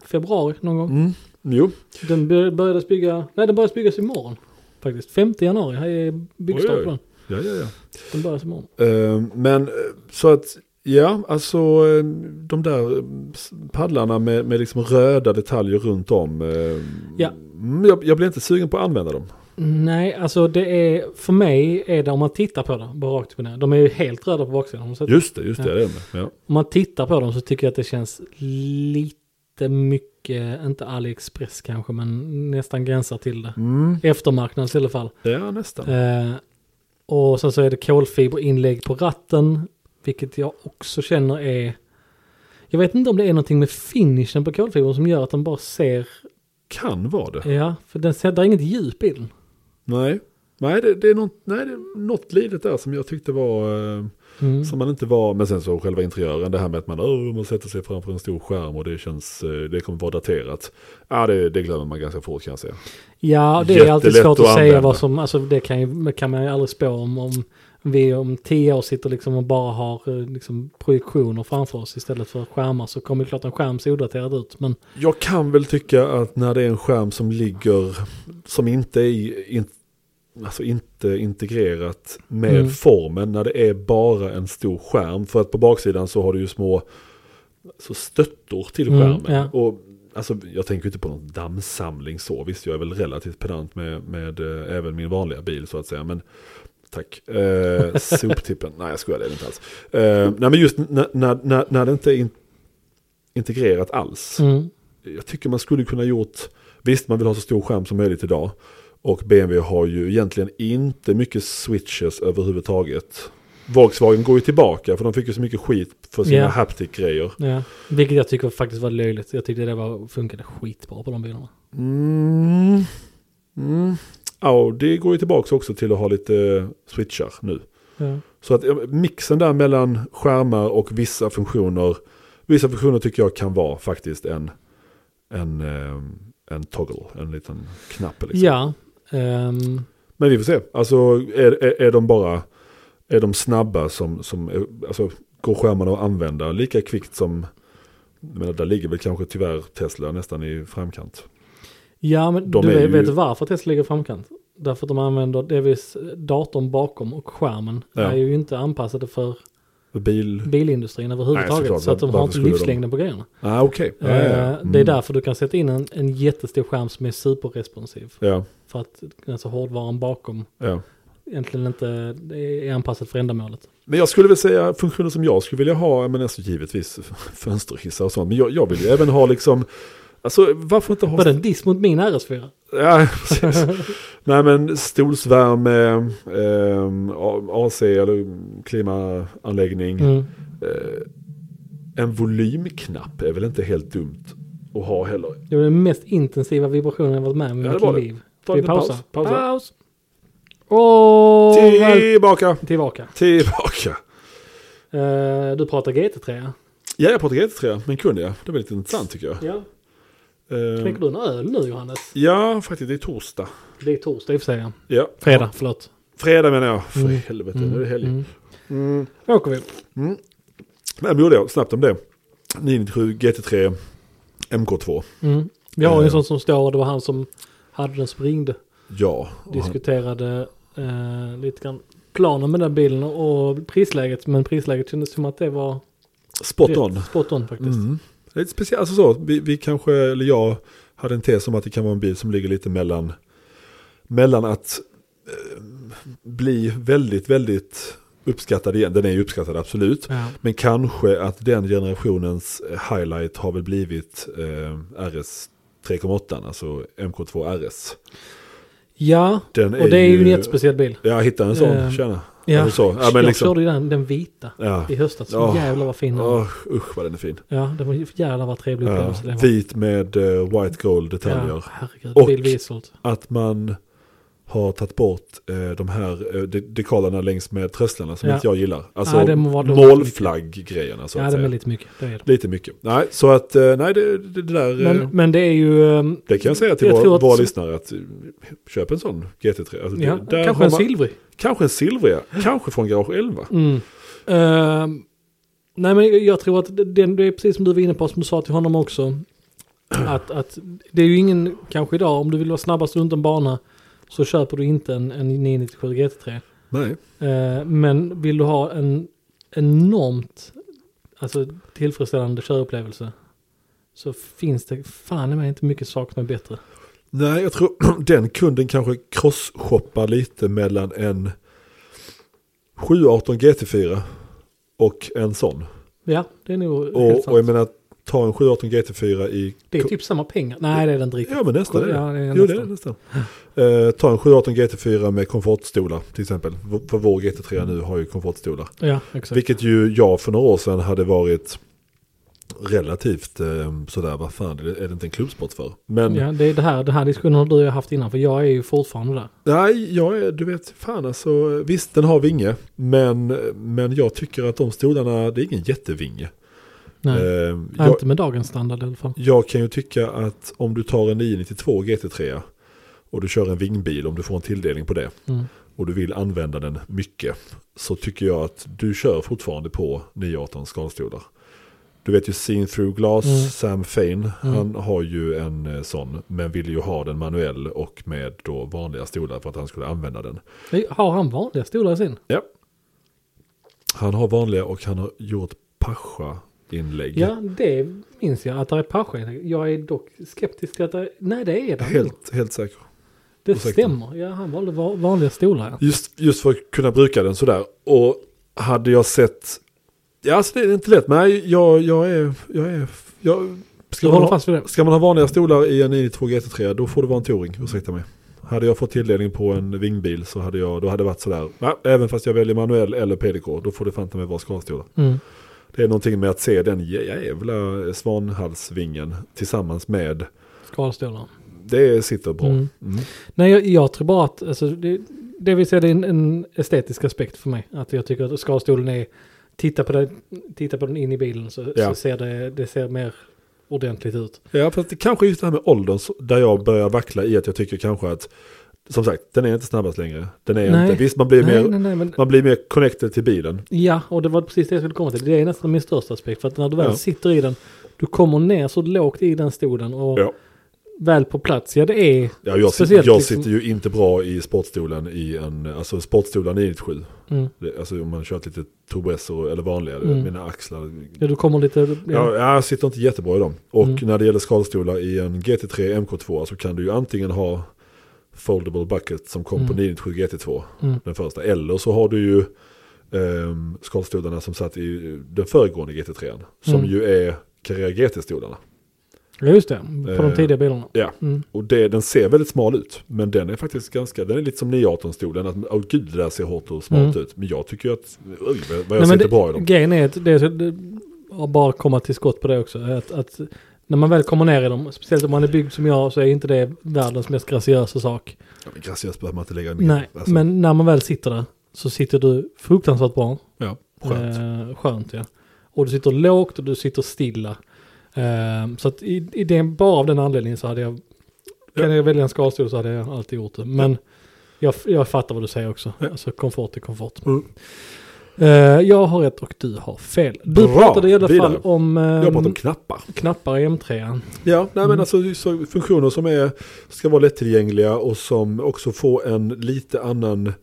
februari någon gång. Mm. Jo, Den bör- börjades bygga... Nej, den börjades byggas imorgon. Faktiskt. 5 januari. Här är Oj, byggstart oj. på den. ja ja ja. Den börjas imorgon. Eh, men eh, så att, ja, alltså eh, de där eh, s- paddlarna med, med liksom röda detaljer runt om. eh, Ja. mm, Jag, jag blir inte sugen på att använda dem. Nej, alltså det är... För mig är det om man tittar på dem, bara rakt upp och ner. De är ju helt röda på baksidan. Så att Just det, just det. Ja. det är de. Ja. om man tittar på dem så tycker jag att det känns lite mycket, inte AliExpress kanske, men nästan gränsar till det. Mm. Eftermarknads i alla fall. Ja, nästan. Eh, och sen så är det kolfiberinlägg på ratten, vilket jag också känner är... Jag vet inte om det är någonting med finishen på kolfibern som gör att den bara ser... Kan vara det. Ja, för den ser, där är inget djup i den. Nej, nej det, det är något, nej, det är något lidet där som jag tyckte var... Eh, Mm. som man inte var... Men sen så själva interiören, det här med att man, oh, man sätter sig framför en stor skärm och det känns... Eh, det kommer vara daterat. Ja, det, det glömmer man ganska fort kan jag säga. Ja, och det är alltid Jättelätt svårt att, att säga använda. vad som... Alltså det kan, ju, kan man ju aldrig spå om. om vi om tio år sitter liksom och bara har eh, liksom projektioner framför oss istället för skärmar så kommer ju klart en skärm se odaterad ut. Men Jag kan väl tycka att när det är en skärm som ligger... Som inte är... i- In, Alltså inte integrerat med Mm. formen när det är bara en stor skärm. För att på baksidan så har du ju små så stöttor till Mm, skärmen. ja. och, alltså, jag tänker ju inte på någon dammsamling så. Visst, jag är väl relativt pedant med, med eh, även min vanliga bil så att säga. Men tack. Eh, soptippen. Nej, jag skojar, det är det inte alls. Eh, nej, men just när, när, när, när det inte är in, integrerat alls mm, jag tycker man skulle kunna gjort, visst man vill ha så stor skärm som möjligt idag. Och BMW har ju egentligen inte mycket switches överhuvudtaget. Volkswagen går ju tillbaka för de fick ju så mycket skit för sina Ja. haptic-grejer. ja. Vilket jag tycker faktiskt var löjligt. Jag tyckte det var, funkade skitbra på de bilarna. Mm. Mm. Audi går ju tillbaka också till att ha lite eh, switchar nu. Ja. Så att eh, mixen där mellan skärmar och vissa funktioner, vissa funktioner tycker jag kan vara faktiskt en, en, eh, en toggle, en liten knapp. Liksom. Ja, ehm, Men vi får se. Alltså är, är, är de bara är de snabba som, som är- alltså, går skärmarna att använda lika kvickt som jag menar, där ligger väl kanske tyvärr Tesla nästan i framkant. ja men De du är vet, ju- vet varför Tesla ligger i framkant? Därför att de använder delvis datorn bakom och skärmen Ja. är ju inte anpassade för Bil... bilindustrin överhuvudtaget. såklart. så att de har Varför inte skulle de? livslängden på grejerna. Ah, okej. Ja, ja, ja. Eh, Det är Mm. därför du kan sätta in en, en jättestor skärm som är superresponsiv. Ja, För att alltså, hårdvaran bakom ja. egentligen inte är anpassad för ändamålet. Men jag skulle väl säga funktioner som jag skulle vilja ha, men alltså givetvis fönsterhissar och sånt. Men jag, jag vill ju även ha liksom, alltså varför inte ha Var det en diss mot min RS4? Ja, precis. Nej men stolsvärme, ehm, A- AC eller klimaanläggning. Mm. Eh, en volymknapp är väl inte helt dumt att ha heller. Det var den mest intensiva vibrationen jag varit med om i Ja, det mitt var det. liv. Ta Vi en liten pausar. paus. Pausa. Paus. Och väl- Tillbaka! tillbaka. Tillbaka! Eh, du pratar GT3. Ja, jag pratade GT3, men kunde jag. Det var lite intressant tycker jag. Ja. Ehm, Knäcker du en öl nu Johannes? ja, faktiskt det är torsdag. Det är torsdag i och för sig. ja. Ja. Fredag, förlåt. Fredag menar jag. För Mm. helvete, nu är det helg. Mm. Mm. Då åker vi. Men gjorde jag, snabbt om det. 997 GT3 MK2. Mm. Vi har ju Eh. en sån som står, det var han som hade den som ringde. Ja, och han- Diskuterade eh, lite grann planen med den bilen och prisläget. Men prisläget kändes som att det var Spot rätt on. spot on faktiskt. Mm. Det är lite speciellt, alltså så, vi, vi kanske, eller jag hade en tes om att det kan vara en bil som ligger lite mellan, mellan att eh, bli väldigt, väldigt uppskattad igen, den är ju uppskattad absolut, Ja. men kanske att den generationens eh, highlight har väl blivit eh, RS 3,8, alltså MK2 RS. ja, Den och det är ju en jättespeciell bil. Jag hittade en sån, Eh, tjena. Ja, Alltså så, ja, jag men liksom, körde ju den, den vita ja. i höstas. Ja. Jävlar vad fin den var. Åh, usch vad den är fin. Ja, det var ju jävlar vad trevlig Ja, upplevelse det var. vit med eh, white gold detaljer. Ja, herregud, Och- bil vi sålt. att man har tagit bort eh, de här eh, de- dekalerna längs med trösklarna som Ja. inte jag gillar. Alltså Nej, det må vara då målflagg-grejerna så att Ja, säga. den är lite... lite mycket. Det är det. mycket. Nej, så att eh, nej, det, det, det där... eh, Men, men det är ju... ehm, det kan jag säga till jag våra, tror att- våra lyssnare att eh, köp en sån GT3. Alltså, det- Ja, där kanske har en man- silvrig. Kanske en silvriga. Kanske från Garage 11. Mm. Ehm, nej men jag tror att det, det det är precis som du var inne på som du sa till honom också. Att, att det är ju ingen, kanske idag, om du vill vara snabbast runt en bana så köper du inte en, en 997 GT3. Nej. Eh, men vill du ha en enormt alltså, tillfredsställande körupplevelse så finns det fan i mig inte mycket saker som är bättre. Nej, jag tror den kunden kanske cross-shoppar lite mellan en 718 GT4 och en sån. Ja, det är nog helt Och, sant. och jag menar, ta en 718 GT4 i... det är typ samma pengar. Nej, det är det inte riktigt. Ja men nästan är det. Ja, det är Jo det är det nästan. nästan. Eh, ta en 718 GT4 med komfortstolar till exempel. V- För vår GT3 nu har ju komfortstolar. Ja, Mm. exakt. Vilket ju jag för några år sedan hade varit relativt eh, sådär, vad fan är det, är det inte en klubbsport för? Men Ja, det är det här, den här diskussionen har du och jag haft innan, för jag är ju fortfarande Eh, där. nej, jag är, du vet, fan alltså, visst den har vinge, men, men jag tycker att de stolarna, det är ingen jättevinge. Nej, Eh, Nej, jag, inte med dagens standard i alla fall. Jag kan ju tycka att om du tar en 992 GT3 och du kör en vingbil, om du får en tilldelning på det Mm. och du vill använda den mycket så tycker jag att du kör fortfarande på 918 skalstolar. Du vet ju Seen Through Glass, Mm. Sam Fain, han har ju en eh, sån men ville ju ha den manuell och med då vanliga stolar för att han skulle använda den. Har han vanliga stolar i sin? Ja. Han har vanliga och han har gjort Pascha-inlägg. Ja, det minns jag att det är passion. Jag är dock skeptisk till att det Nej, det är det. Helt, helt säker. det ursäkta. stämmer. Ja, han valde va- vanliga stolar. Ja. Just, just för att kunna bruka den sådär. Och hade jag sett... Ja, alltså det är inte lätt. Nej, jag, jag är... Jag är jag, Ska ska, du man hålla ha, fast vid det? ska man ha vanliga stolar i en 92 GT3 då får det vara en touring, ursäkta mig. Hade jag fått tilldelning på en vingbil så hade jag, då hade det varit sådär. Ja, även fast jag väljer manuell eller PDK, då får det fan ta mig vara skalstolar. Mm. Det är någonting med att se den jävla svanhalsvingen tillsammans med. Skalstolar. Det sitter bra. Mm. Mm. Nej, jag, jag tror bara att alltså, det, det vill säga det är en, en estetisk aspekt för mig. Att jag tycker att skalstolen är, titta på, det, titta på den in i bilen så, Ja. så ser det, det ser mer ordentligt ut. Ja, fast det kanske är just det här med åldern så- där jag börjar vackla i att jag tycker kanske att som sagt, den är inte snabbast längre. Den är Nej. inte, visst man blir, Nej, mer, nej, nej, men man blir mer connected till bilen. Ja, och det var precis det jag skulle komma till. Det är nästan min största aspekt. För att när du väl Ja. sitter i den, du kommer ner så lågt i den stolen och Ja. väl på plats. Ja, det är... Ja, jag sitter, Speciellt jag liksom- sitter ju inte bra i sportstolen i en, alltså sportstolen i ett sju. Mm. Det- Alltså om man kör ett litet Tobresso eller vanliga, Mm. mina axlar. Ja, du kommer lite... Ja, Ja, jag sitter inte jättebra i dem. Och Mm. när det gäller skalstolar i en GT3 MK2 så kan du ju antingen ha foldable bucket som kom på Mm. 997 GT2. Mm. den första. Eller så har du ju ehm, skalstolarna som satt i den föregående GT3. Som Mm. ju är Carrera GT-stolarna. ja just det. På de Eh, tidiga bilarna. Ja, Mm. och det, den ser väldigt smal ut. Men den är faktiskt ganska, den är lite som 918-stolen. Att, åh gud, det där ser hårt och smalt ut. Men jag tycker ju att, oj, vad vad jag Mm. men sitter det- bra i dem. Grejen är att det, är- det, och bara komma till skott på det också. är Att, att när man väl kommer ner i dem, speciellt om man är byggd som jag, så är inte det världens mest graciösa sak. Ja, men graciöst behöver man inte lägga in. Nej, Alltså, men när man väl sitter där så sitter du fruktansvärt bra. Ja, skönt. Eh, skönt ja. Och du sitter lågt och du sitter stilla. Eh, så att i, i den, bara av den anledningen så hade jag, kan jag välja en skalstol så hade jag alltid gjort det. Men jag, jag fattar vad du säger också. Ja. Alltså komfort är komfort. Mm. Eh, jag har rätt och du har fel. Du Bra, pratade i alla vidare. fall om, eh, Jag pratar om knappar. knappar i M3. Ja, nej, men Mm. alltså så funktioner som är, ska vara lättillgängliga och som också får en lite annan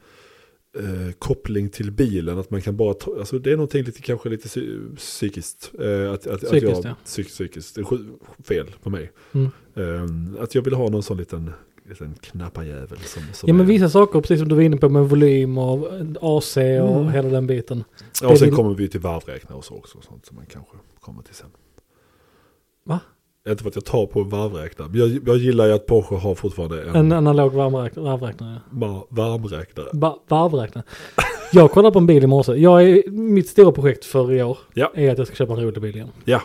eh, koppling till bilen. Att man kan bara ta, alltså det är någonting lite, kanske lite psy- psykiskt. Eh, att, att, att Psykiskt, jag, ja. psyk, psykiskt, det är sju- fel på mig. Mm. Eh, att jag vill ha någon sån liten, liten knapparjävel som, som Ja men är- vissa saker, precis som du var inne på med volym och AC och Mm. hela den biten. Ja, och sen vill- kommer vi till varvräknare och så också. Sånt som man kanske kommer till sen. Va? Inte för att jag tar på en varvräknare. Men jag, jag gillar ju att Porsche har fortfarande en, En analog varmräk- varvräknare. ma- varmräknare. Va- varvräknare. Jag kollade på en bil i morse. Jag är, mitt stora projekt för i år Ja. är att jag ska köpa en rolig bil igen. Ja,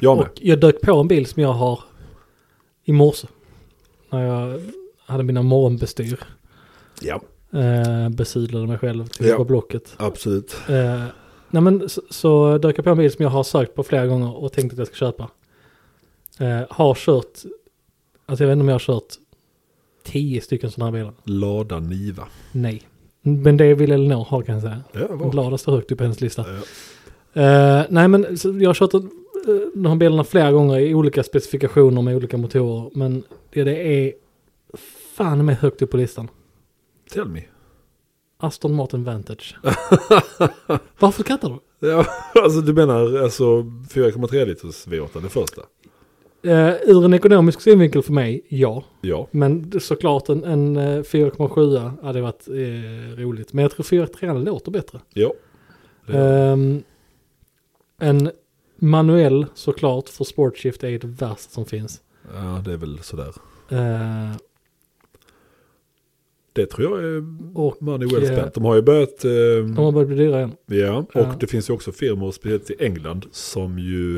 jag med. Och jag dök på en bil som jag har i morse. När jag hade mina morgonbestyr. Ja, Eh, besudlade mig själv till Ja. på Blocket. absolut. Eh, nej men så, så dök jag på en bil som jag har sökt på flera gånger och tänkt att jag ska köpa. Eh, har kört, alltså jag vet inte om jag har kört tio stycken sådana här bilar. Lada Niva. Nej. Men det vill Elinor ha kan jag säga. Ja, Den bra. glada står högt upp på hennes lista. Ja. Eh, nej men så jag har kört eh, de här bilarna flera gånger i olika specifikationer med olika motorer. Men det, det är fan med högt upp på listan. Tell me. Aston Martin Vantage. Varför skrattar du? Ja, alltså du menar alltså 4,3 liters V8, den första? Eh, ur en ekonomisk synvinkel för mig, ja. Ja. Men det- såklart en, en eh, 4,7 hade varit eh, roligt. Men jag tror 4,3 låter bättre. Ja. Ehm, en manuell såklart för sportshift är det värsta som finns. ja, det är väl sådär. Eh, Det tror jag är och money well eh, spent. De har ju börjat... ehm, de har börjat bli dyra igen. Ja, och Ja. det finns ju också firmor, speciellt i England, som ju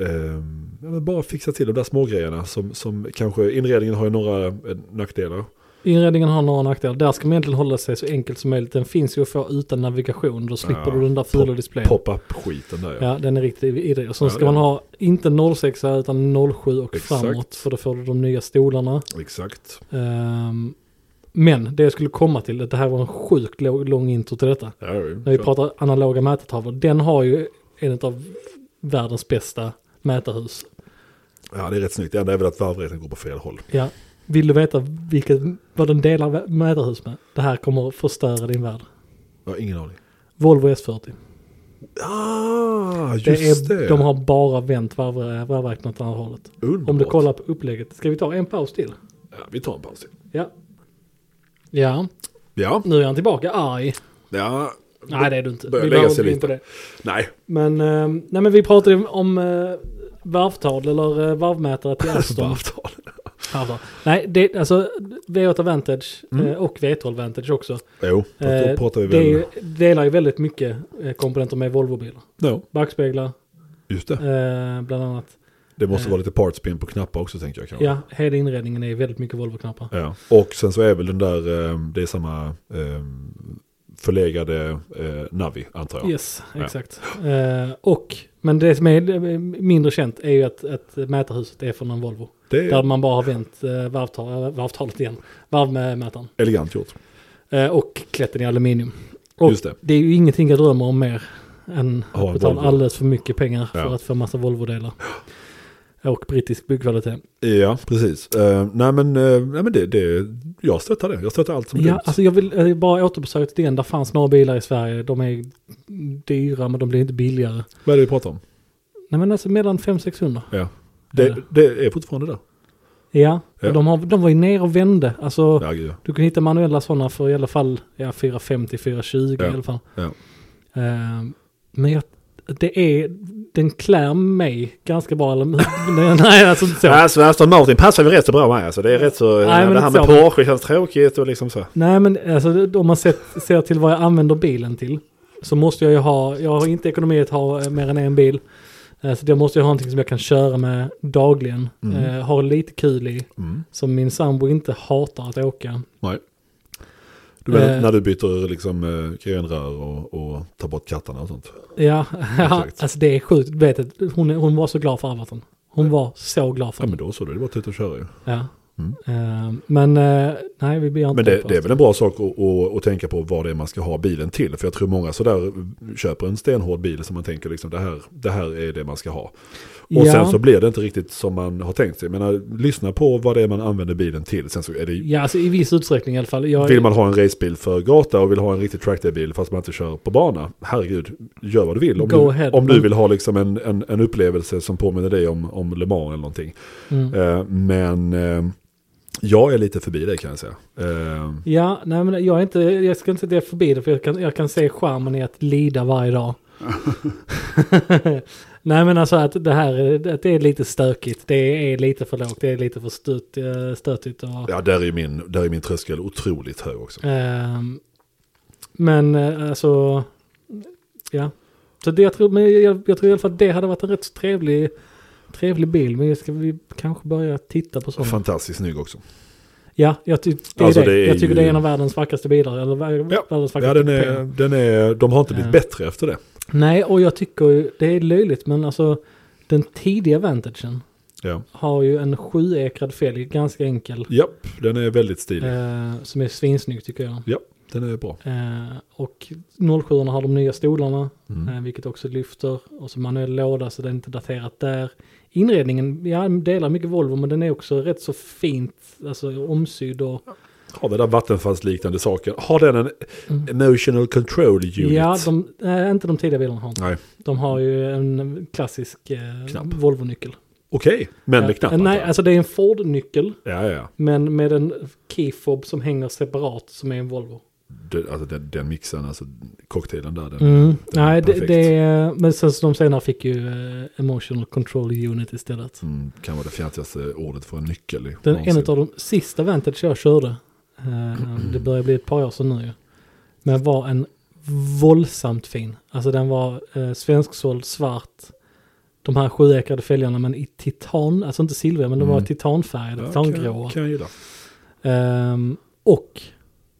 ehm, ja, men bara fixar till de där smågrejerna som, som kanske inredningen har ju några eh, nackdelar. Inredningen har några nackdelar. Där ska man egentligen hålla sig så enkelt som möjligt. Den finns ju att få utan navigation. Då slipper Ja, du den där fula displayen. Pop-up-skiten där ja. Ja, den är riktigt idé. Och sen Ja, ska det är man ha inte 06 utan 07 och Exakt. framåt. För då får du de nya stolarna. Exakt. Ehm, men det jag skulle komma till, att det här var en sjukt lång, lång intro till detta. Ja, det är ju När vi skönt. pratar analoga mätartavlor, den har ju en av världens bästa mätarhus. ja, det är rätt snyggt. Det enda är väl att varvräkningen går på fel håll. Ja. Vill du veta vilket, vad den delar vä- mätarhus med? Det här kommer att förstöra din värld. Jag har ingen aning. Volvo S40. Ah, Det just det. är, De har bara vänt varv- varvräknaren åt andra hållet. Underbart. Om du kollar på upplägget. Ska vi ta en paus till? Ja, vi tar en paus till. Ja. Ja, Ja, nu är han tillbaka arg. ja. Nej, det är du inte. Börjar Vi lägga behöver sig inte gå in på lite. det. Nej, Men, eh, nej, men vi pratade ju om eh, varvtal eller eh, varvmätare till Aston. avtal. Varvtal. Nej, det, alltså V8 Vantage Mm. eh, och V12 Vantage också. Jo, då Eh, pratar vi det är väl... ju- delar ju väldigt mycket eh, komponenter med Volvo-bilar. Ja, Backspeglar, just det. eh, bland annat. Det måste eh. vara lite partspin på knappar också tänker jag kanske. Ja, hela inredningen är väldigt mycket Volvo-knappar. Ja, och sen så är väl den där, eh, det är samma eh, förlegade eh, Navi antar jag. Yes, Ja. exakt. Eh, och, men det som är eh, mindre känt är ju att, att mätarhuset är från en Volvo. Det är Där man bara har vänt eh, varvtal, eh, varvtalet igen. Varvmätaren. elegant gjort. Eh, och klätt den i aluminium. Och Just det. det är ju ingenting jag drömmer om mer än Ha att en betala Volvo. alldeles för mycket pengar för Ja. att få massa Volvo-delar. Och brittisk byggkvalitet. Ja, precis. Eh, nej men, eh, nej, men det, det, jag stöttar det. Jag stöttar allt som är Ja, dumt. alltså jag vill eh, bara återbesöka till den. Där fanns några bilar i Sverige. De är dyra men de blir inte billigare. Vad är det vi pratar om? Nej men alltså mellan 500-600. Ja. Det, Ja. det är fortfarande där. Ja, Ja. och De, har, de var ju ner och vände. Alltså, Ja, gud. Du kan hitta manuella sådana för i alla fall ja, 450, 420 Ja. i alla fall. Ja. Ehm, men jag, det är, den klär mig ganska bra. Eller, nej, nej, alltså inte så. Alltså Aston Martin passar ju rätt så bra med. Alltså, det är rätt så... men det här inte med liksom- så. Porsche känns tråkigt och liksom så. Nej, men alltså, om man sett, ser till vad jag använder bilen till så måste jag ju ha, jag har inte ekonomi att ha eh, mer än en bil. Eh, Så jag måste ju ha någonting som jag kan köra med dagligen. Mm. Eh, ha lite kul i. Mm. Som min sambo inte hatar att åka. Nej. Du menar Eh. när du byter liksom eh, grenrör och, och tar bort katterna och sånt? Ja, Exakt. alltså det är sjukt. Du Vet att hon, hon var så glad för Avatarn. Hon var så glad för Ja den. men då så, då är det bara att tuta och köra ju. Ja. Eh, men eh, nej, vi begär inte Men det, på det är oss. väl en bra sak att, att, att tänka på vad det är man ska ha bilen till. För jag tror många sådär köper en stenhård bil som man tänker liksom det här, det här är det man ska ha. Och Ja. sen så blir det inte riktigt som man har tänkt sig. Men lyssna på vad det är man använder bilen till. Sen så är det, Ja, alltså i viss utsträckning i alla fall. Jag, vill man ha en racebil för gata och vill ha en riktig trackdaybil fast man inte kör på bana. Herregud, gör vad du vill. Om, Go du, ahead. om du vill ha liksom en, en, en upplevelse som påminner dig om, om Le Mans eller någonting. Mm. Eh, men eh, jag är lite förbi det kan jag säga. Eh, Ja, nej men jag är inte, jag ska inte säga att jag är förbi det för jag kan, jag kan se charmen i att lida varje dag. nej men alltså att det här är- att det är lite stökigt, det är lite för lågt, det är lite för stöt, eh, stötigt. Och, Ja, där är, min, där är min tröskel otroligt hög också. Ehm, men eh, alltså, ja. Så det jag tror, men jag, jag tror i alla fall att det hade varit en rätt så trevlig, trevlig bil. Men ska vi kanske börja titta på sådana? Fantastiskt snygg också. Ja, jag, ty- det är Alltså, det. det är jag tycker ju- det är en av världens vackraste bilar. Eller vär- Ja. världens Ja, vackraste den är, kupéer. den är, de har inte blivit Ja. bättre efter det. Nej, och jag tycker ju, det är löjligt men alltså den tidiga Vantagen Ja. har ju en sjuekrad fälg, ganska enkel. Japp, den är väldigt stilig. Eh, som är svinsnygg tycker jag. Ja, den är bra. Eh, och 07 har de nya stolarna, Mm. eh, vilket också lyfter. Och så manuell låda så det är inte daterat där. Inredningen, ja, delar mycket Volvo men den är också rätt så fint, alltså omsydd och... Har den där vattenfallsliknande saken. Har den en emotional control Mm. unit? Ja, de, eh, inte de tidiga bilarna har inte. Nej, De har ju en klassisk eh, Knapp. Volvo-nyckel. okej. Men med knappar. Eh, Nej, alltså det är en Ford-nyckel. Ja, ja, ja. Men med en keyfob som hänger separat som är en Volvo. Den, alltså den, den mixen, alltså cocktailen där. Den, Mm. Den är Nej, det, perfekt. det är, men sen så de senare fick ju eh, Emotional Control Unit istället. mm, kan vara det fjärtigaste ordet för en nyckel. i Den, någonsin. en av de sista Vantage jag körde, eh, det börjar bli ett par år sedan nu ju, men var en våldsamt fin. Alltså den var eh, svensksåld svart, de här sjuekrade fälgarna men i titan, alltså inte silver men de var Mm. titanfärgade, Ja, titangråa. kan, kan jag gilla. Ehm, och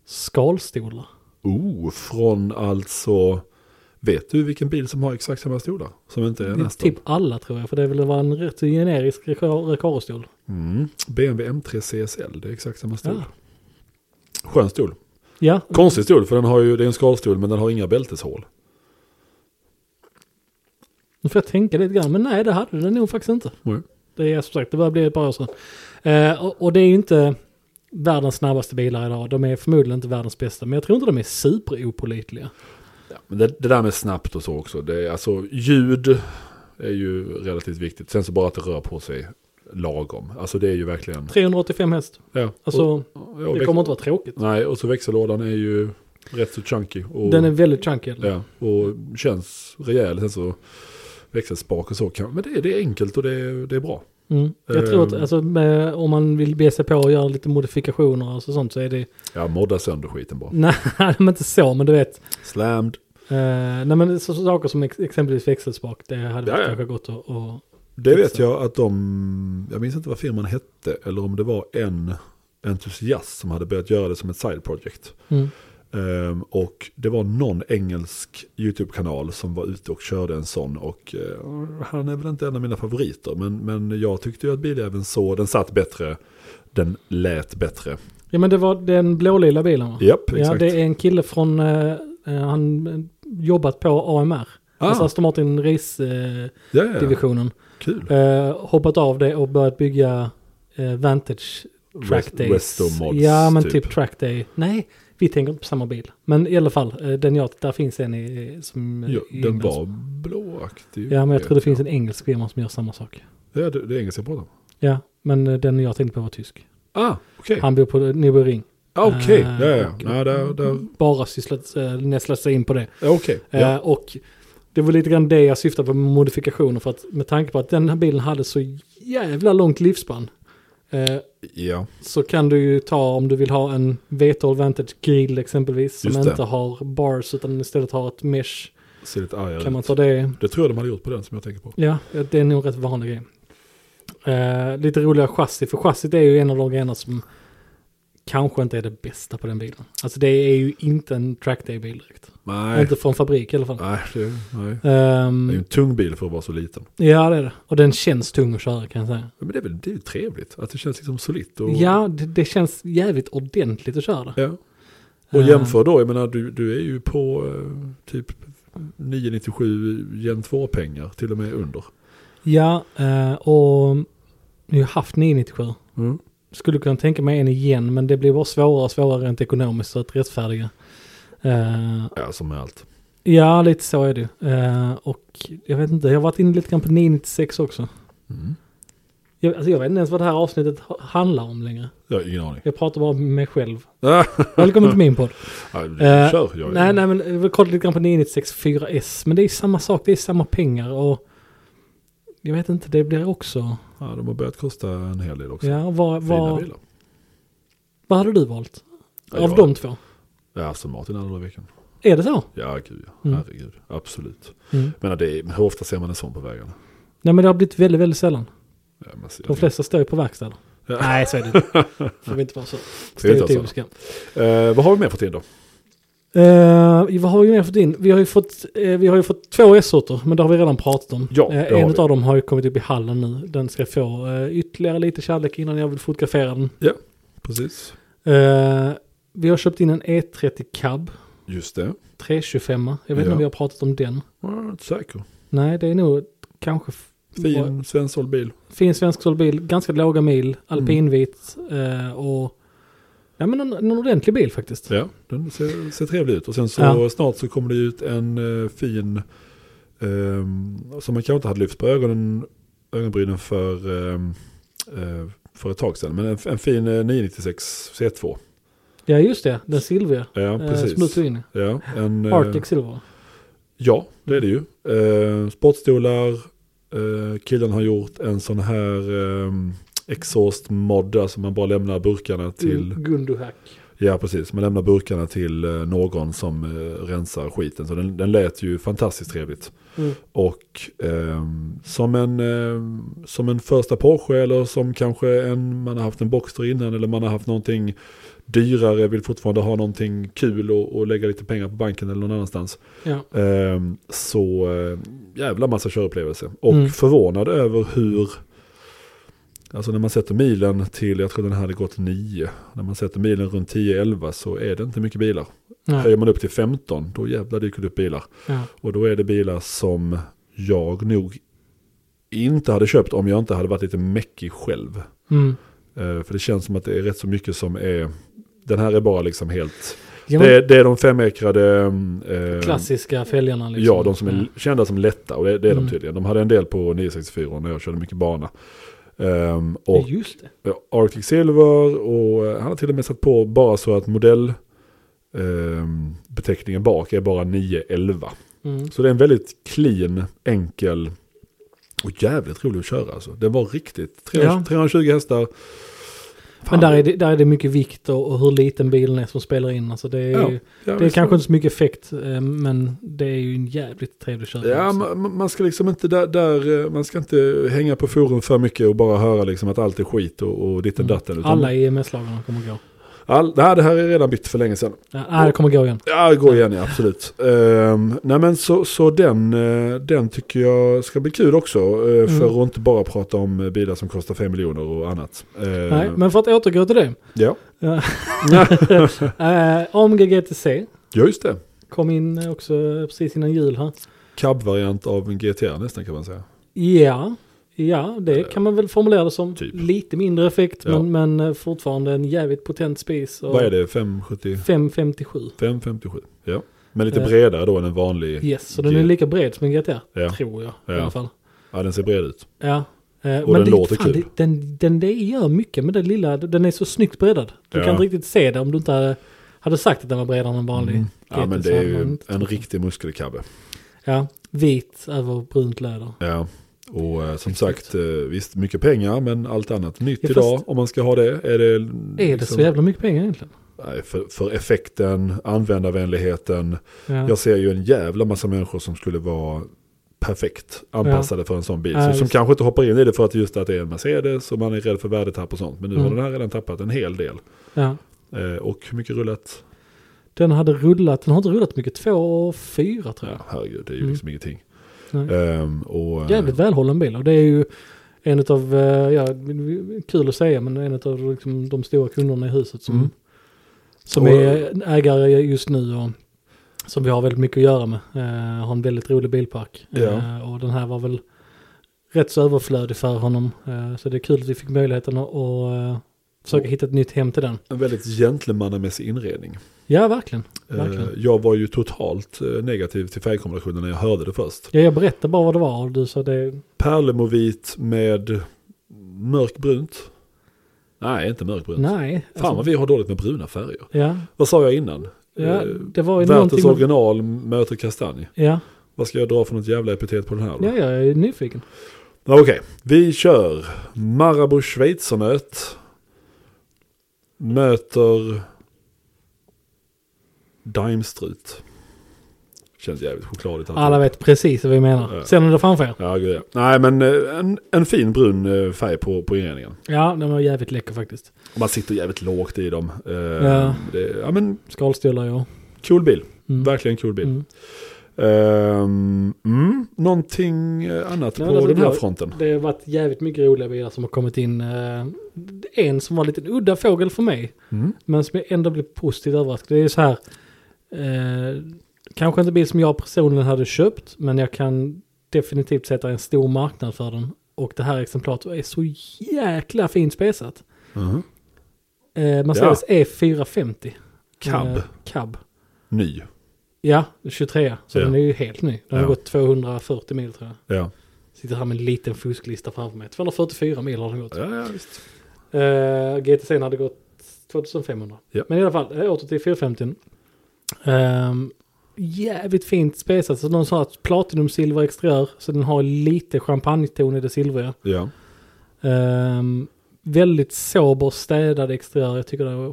skalstolar. Oh, från alltså... Vet du vilken bil som har exakt samma stolar? Som inte är Det är nästan? Typ alla tror jag, för det är väl det var en rätt generisk rekorrstol. Mm. BMW M3 CSL, det är exakt samma stol. Ja. Skön stol. Ja, Konstig stol, för den har ju, det är en skalstol men den har inga bälteshål. nu får jag tänka lite grann, men nej det hade den nog faktiskt inte. Nej. Det är som sagt, det börjar bli ett par år sedan. Eh, och, och det är ju inte världens snabbaste bilar idag, de är förmodligen inte världens bästa, men jag tror inte de är superopolitliga. Men det, det där med snabbt och så också, det är, alltså ljud är ju relativt viktigt. Sen så bara att det rör på sig lagom. Alltså det är ju verkligen... 385 häst, Ja, alltså och, och det väx- kommer inte vara tråkigt. Nej, och så växellådan är ju rätt så chunky. Och, Den är väldigt chunky. eller? ja, och känns rejäl. Sen så växelspak och så. Kan, men det, är- det är enkelt och det, är- det är bra. Mm. Jag tror Eh. att alltså, med, om man vill be sig på och göra lite modifikationer och så, sånt så är det... Ja, modda sönder skiten bara. Nej, men inte så, men du vet. Slammed. Eh, nej men så, så saker som ex, exempelvis växelspak, det hade Ja, varit ja. kanske gått att... att- Det vet Fixa. jag att de, jag minns inte vad firman hette, eller om det var en entusiast som hade börjat göra det som ett side project. mm. Ehm, och det var någon engelsk YouTube-kanal som var ute och körde en sån. Och eh, han är väl inte en av mina favoriter, men, men jag tyckte ju att biljäveln så, den satt bättre, den lät bättre. Ja men det var den blålila bilen va? Japp, ja, exakt. det är en kille från... eh, eh, han eh, jobbat på AMR. Ah. Alltså Aston Martin Race-divisionen. Eh, ja, ja, kul. hoppat av det och börjat bygga eh, Vantage Track West- Days. Westomods, ja men typ. typ. Track Day. Nej, vi tänker inte på samma bil. Men i alla fall, eh, den jag... Där finns en i, som... eh, Ja, i den England. var blåaktig. Ja men jag tror det finns en engelsk firma som gör samma sak. Ja, det, det är engelska jag pratar om. Ja, men eh, den jag tänkte på var tysk. Ah, okej. Han bor på Nybro Ring. Ah, okej. Eh, Ja, ja, ja. och- Nej, där, där. Bara sysslat, eh, nästlat sig in på det. Ja, okej. Eh, Ja. Och det var lite grann det jag syftade på med modifikationer. För att med tanke på att den här bilen hade så jävla långt livsspann. eh, ja. Så kan du ju ta om du vill ha en V12 Vantage grill exempelvis. Som Just det. inte har bars utan istället har ett mesh. Ser lite argare Kan man ut. ta det? Det tror jag de hade gjort på den som jag tänker på. Ja, det är nog rätt vanlig grej. Eh, lite roliga chassi, för chassit är ju en av de grejerna som kanske inte är det bästa på den bilen. Alltså det är ju inte en trackday-bil direkt. Nej. Inte från fabrik i alla fall. Nej, det, nej. Ehm, det är ju en tung bil för att vara så liten. ja, det är det. Och den känns tung att köra kan jag säga. Men det är väl det är ju trevligt att det känns liksom solitt. Och, Ja, det, det känns jävligt ordentligt att köra. ja. Och Eh, jämför då, jag menar du, du är ju på eh, typ 997 gen 2-pengar, till och med under. Ja, eh, och jag har haft 997. Skulle kunna tänka mig en igen, men det blir bara svårare och svårare rent ekonomiskt att rättfärdiga. Eh, Ja, som med allt. ja, lite så är det ju. Eh, Och jag vet inte, jag har varit inne lite grann på 996 också. Mm. Jag, alltså jag vet inte ens vad det här avsnittet ha- handlar om längre. Jag har ingen aning. Jag pratar bara med mig själv. Ja, Välkommen till min podd. Eh, kör, jag nej, nej, men vi kollade lite grann på 996 4S. Men det är samma sak, det är samma pengar och jag vet inte, det blir också... Ja, de har börjat kosta en hel del också. Ja, vad, Fina vad, bilar. vad hade du valt? Ja, Av jag- de två? Ja, alltså Martin andra veckan. Är det så? Ja, gud ja. Mm. Herregud. Absolut. Men, det är, men hur ofta ser man en sån på vägarna? Nej, men det har blivit väldigt, väldigt sällan. Ja, man ser De flesta står ju på verkstäder. Mm. Ja. Nej, så är det inte. Får vi inte vara så Det är inte stereotypiska. Eh, vad har vi mer för tid då? Eh, vad har vi mer fått in? Vi har ju fått, eh, vi har ju fått två S-sorter, men det har vi redan pratat om. Ja, det Eh, har en vi. av dem har ju kommit upp i hallen nu. Den ska få eh, ytterligare lite kärlek innan jag vill fotografera den. Precis. Eh, vi har köpt in en E30 cab, Just det. 325. Jag vet inte Ja. om vi har pratat om den. Jag är inte säker. Nej, det är nog kanske f- Fin svensksåld bil. fin svensksåld bil, ganska låga mil, alpinvit eh, och ja, men en, en ordentlig bil faktiskt. Ja, den ser, ser trevlig ut. Och sen så Ja. snart så kommer det ut en eh, fin, eh, som man kanske inte hade lyft på ögonen, ögonbrynen för, ehm, eh, för ett tag sedan. Men en, en fin eh, 996 C2. Ja, just det, den silvriga. Ja, eh, som du precis. tog in. Ja, en, eh, Arctic Silver. Ja, det är det ju. Eh, sportstolar, eh, killen har gjort en sån här eh, exhaust mod, alltså man bara lämnar burkarna Mm. till, Gunduhack. ja precis, man lämnar burkarna till eh, någon som eh, rensar skiten. Så den, den lät ju fantastiskt trevligt. Mm. Och ehm, som, en, ehm, som en första Porsche eller som kanske en, man har haft en Boxster innan eller man har haft någonting dyrare, vill fortfarande ha någonting kul och, och lägga lite pengar på banken eller någon annanstans. Ja. Ehm, Så eh, jävla massa körupplevelse. Och Mm. förvånad över hur, alltså när man sätter milen till, jag tror den här hade gått 9, när man sätter milen runt 10-11 så är det inte mycket bilar. Ja. Höjer man upp till 15, då jävlar dyker det upp bilar. Ja. Och då är det bilar som jag nog inte hade köpt om jag inte hade varit lite mäckig själv. Mm. Eh, För det känns som att det är rätt så mycket som är, den här är bara liksom helt, Ja, det, men, är, det är de femäkrade... eh, klassiska fälgarna liksom. Ja, de som är Ja. kända som lätta och det, det är Mm. de tydligen. De hade en del på 964 när jag körde mycket bana. Ehm, och Just det. Arctic Silver och eh, han har till och med satt på bara så att modell ehm, beteckningen bak är bara 911. Mm. Så det är en väldigt clean, enkel och jävligt rolig att köra alltså. Det var riktigt 300, Ja. 320 hästar. Men Fan, där är, det, där är det mycket vikt och, och hur liten bilen är som spelar in. Alltså det är, Ja, ju- ja, det är visst. kanske inte så mycket effekt, eh, men det är ju en jävligt trevlig körning. Ja, alltså. man, man ska liksom inte där, där, eh, man ska inte hänga på forum för mycket och bara höra liksom att allt är skit och, och ditten datten. Utan Mm. Alla EMS-lagarna kommer gå. all, nej, det här är redan bytt för länge sedan. Ja, nej, det kommer gå igen. Ja, gå igen, ja, absolut. Ehm, nej, men så, så den, eh, den tycker jag ska bli kul också. eh, För Mm. att inte bara prata om eh, bilar som kostar 5 miljoner och annat. Ehm, Nej, men för att återgå till det. ja. Eh, AMG GTC ja, just det. kom in också precis innan jul här. Cab-variant av en GTR nästan kan man säga. Ja, ja det kan man väl formulera det som. Eh. Typ. Lite mindre effekt Ja. men, men eh, fortfarande en jävligt potent spis. Och Vad är det? 570? 557. 557. Ja. Men lite Eh. bredare då än en vanlig. Yes, så den är lika bred som en GTR. Ja. Tror jag i Ja. alla fall. ja, den ser bred ut. Ja. Eh, den låter fan, kul. Det, den, den, det gör mycket med den lilla. Den är så snyggt breddad. Du Ja. kan inte riktigt se det om du inte hade, hade sagt att den var bredare än en vanlig. Mm. Ja, GT, men så det är hade man ju inte en trott det. riktig muskelkabbe. Ja, vit över brunt läder. Ja. Och eh, som sagt, eh, visst mycket pengar men allt annat nytt Ja, fast- idag om man ska ha det. Är det, liksom- Är det så jävla mycket pengar egentligen? nej, för, för effekten, användarvänligheten. Ja. Jag ser ju en jävla massa människor som skulle vara perfekt anpassade för en sån bil. Ja, så, som visst. kanske inte hoppar in i det för att just att det är en Mercedes och man är rädd för värdetapp och sånt. Men nu har Mm. den här redan tappat en hel del. Ja. Eh, och hur mycket rullat? Den hade rullat, den har inte rullat mycket, två och fyra tror jag. Ja, herregud, det är ju Mm. liksom ingenting. Nej. Ehm, och, eh, Jävligt välhållen bil och det är ju en av, ja, kul att säga, men en av liksom, de stora kunderna i huset som, Mm. som Och- är ägare just nu och som vi har väldigt mycket att göra med. Eh, har en väldigt rolig bilpark. Ja. Eh, och den här var väl rätt så överflödig för honom. Eh, så det är kul att vi fick möjligheten att, att eh, försöka Och- hitta ett nytt hem till den. En väldigt gentlemannamässig inredning. Ja, verkligen. Eh, verkligen. jag var ju totalt eh, negativ till färgkombinationen när jag hörde det först. Ja, jag berättade bara vad det var och du sa det. Pärlemorvit med mörkbrunt. Nej, inte mörkbrunt. Nej. alltså- Fan vad vi har dåligt med bruna färger. ja, Vad sa jag innan? ja, Eh, det var ju Värtens någonting. med- original möter kastanj. Ja, Vad ska jag dra för något jävla epitet på den här då? ja, jag är nyfiken. Ja, Okej, vi kör Marabou schweizernöt. Möter Daimstrut. Känns jävligt chokladigt. Alla vet precis vad vi menar. typ. Ja. Ser ni det framför er? Ja, gud, ja. Nej, men eh, en, en fin brun eh, färg på, på inredningen. Ja, den var jävligt läcker faktiskt. Och Man sitter jävligt lågt i dem. Eh, Ja. Det, ja men Skalstolar ja. cool bil. Mm. Verkligen cool bil. Mm. Ehm, mm, någonting eh, annat Ja, på alltså, den här jag- fronten? Det har varit jävligt mycket roliga bilar som har kommit in. eh, En som var en liten udda fågel för mig. Mm. Men som jag ändå blev positivt överraskad. Det är ju så här. Eh, kanske inte en bil som jag personligen hade köpt. Men jag kan definitivt sätta en stor marknad för den. Och det här exemplaret är så jäkla fint spesat. Mhm. Eh, Mercedes E450. Cab. Eh, cab. Ny. Ja, 23. Så Ja. den är ju helt ny. Den har Ja. gått 240 mil tror jag. Ja. Sitter här med en liten fusklista framför mig. 244 mil har den gått. Ja, ja, visst. Eh, GTC n hade gått 2500. Ja. Men i alla fall, eh, åter till 450. Ehm, jävligt fint spesat. Så någon sa att platinumsilver exteriör. Så den har lite champagneton i det silvriga. Ja. Ehm, väldigt sober, städad exteriör. Jag tycker den var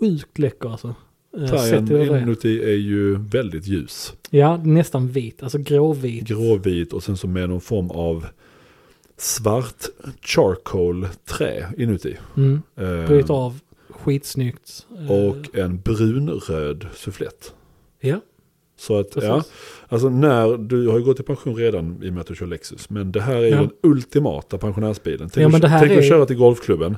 sjukt läcker alltså. Eh, sett till Färgen det. inuti är ju väldigt ljus. Ja, nästan vit. Alltså gråvit. Gråvit och sen så med någon form av svart charcoal trä inuti. Mm. Ehm, Bryter av. Skitsnyggt. Eh, och en brunröd sufflett. Ja, Så att, precis. ja. Alltså när, du har ju gått i pension redan i och med att du kör Lexus. Men det här är ju Ja. den ultimata pensionärsbilen. Tänk, Ja, att- men det här tänk att är- köra till golfklubben.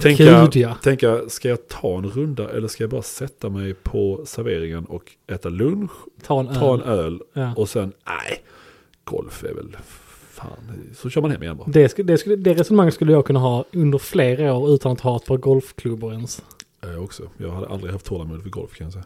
Tänka, Gud ja. tänka, ska jag ta en runda eller ska jag bara sätta mig på serveringen och äta lunch, Ta en ta en öl. öl Ja. och sen, nej, golf är väl, fan, så kör man hem igen bara. Det, skulle, det, skulle, det resonemanget skulle jag kunna ha under flera år utan att ha ett par golfklubbor ens. Jag också, jag hade aldrig haft tålamod för golf kan jag säga.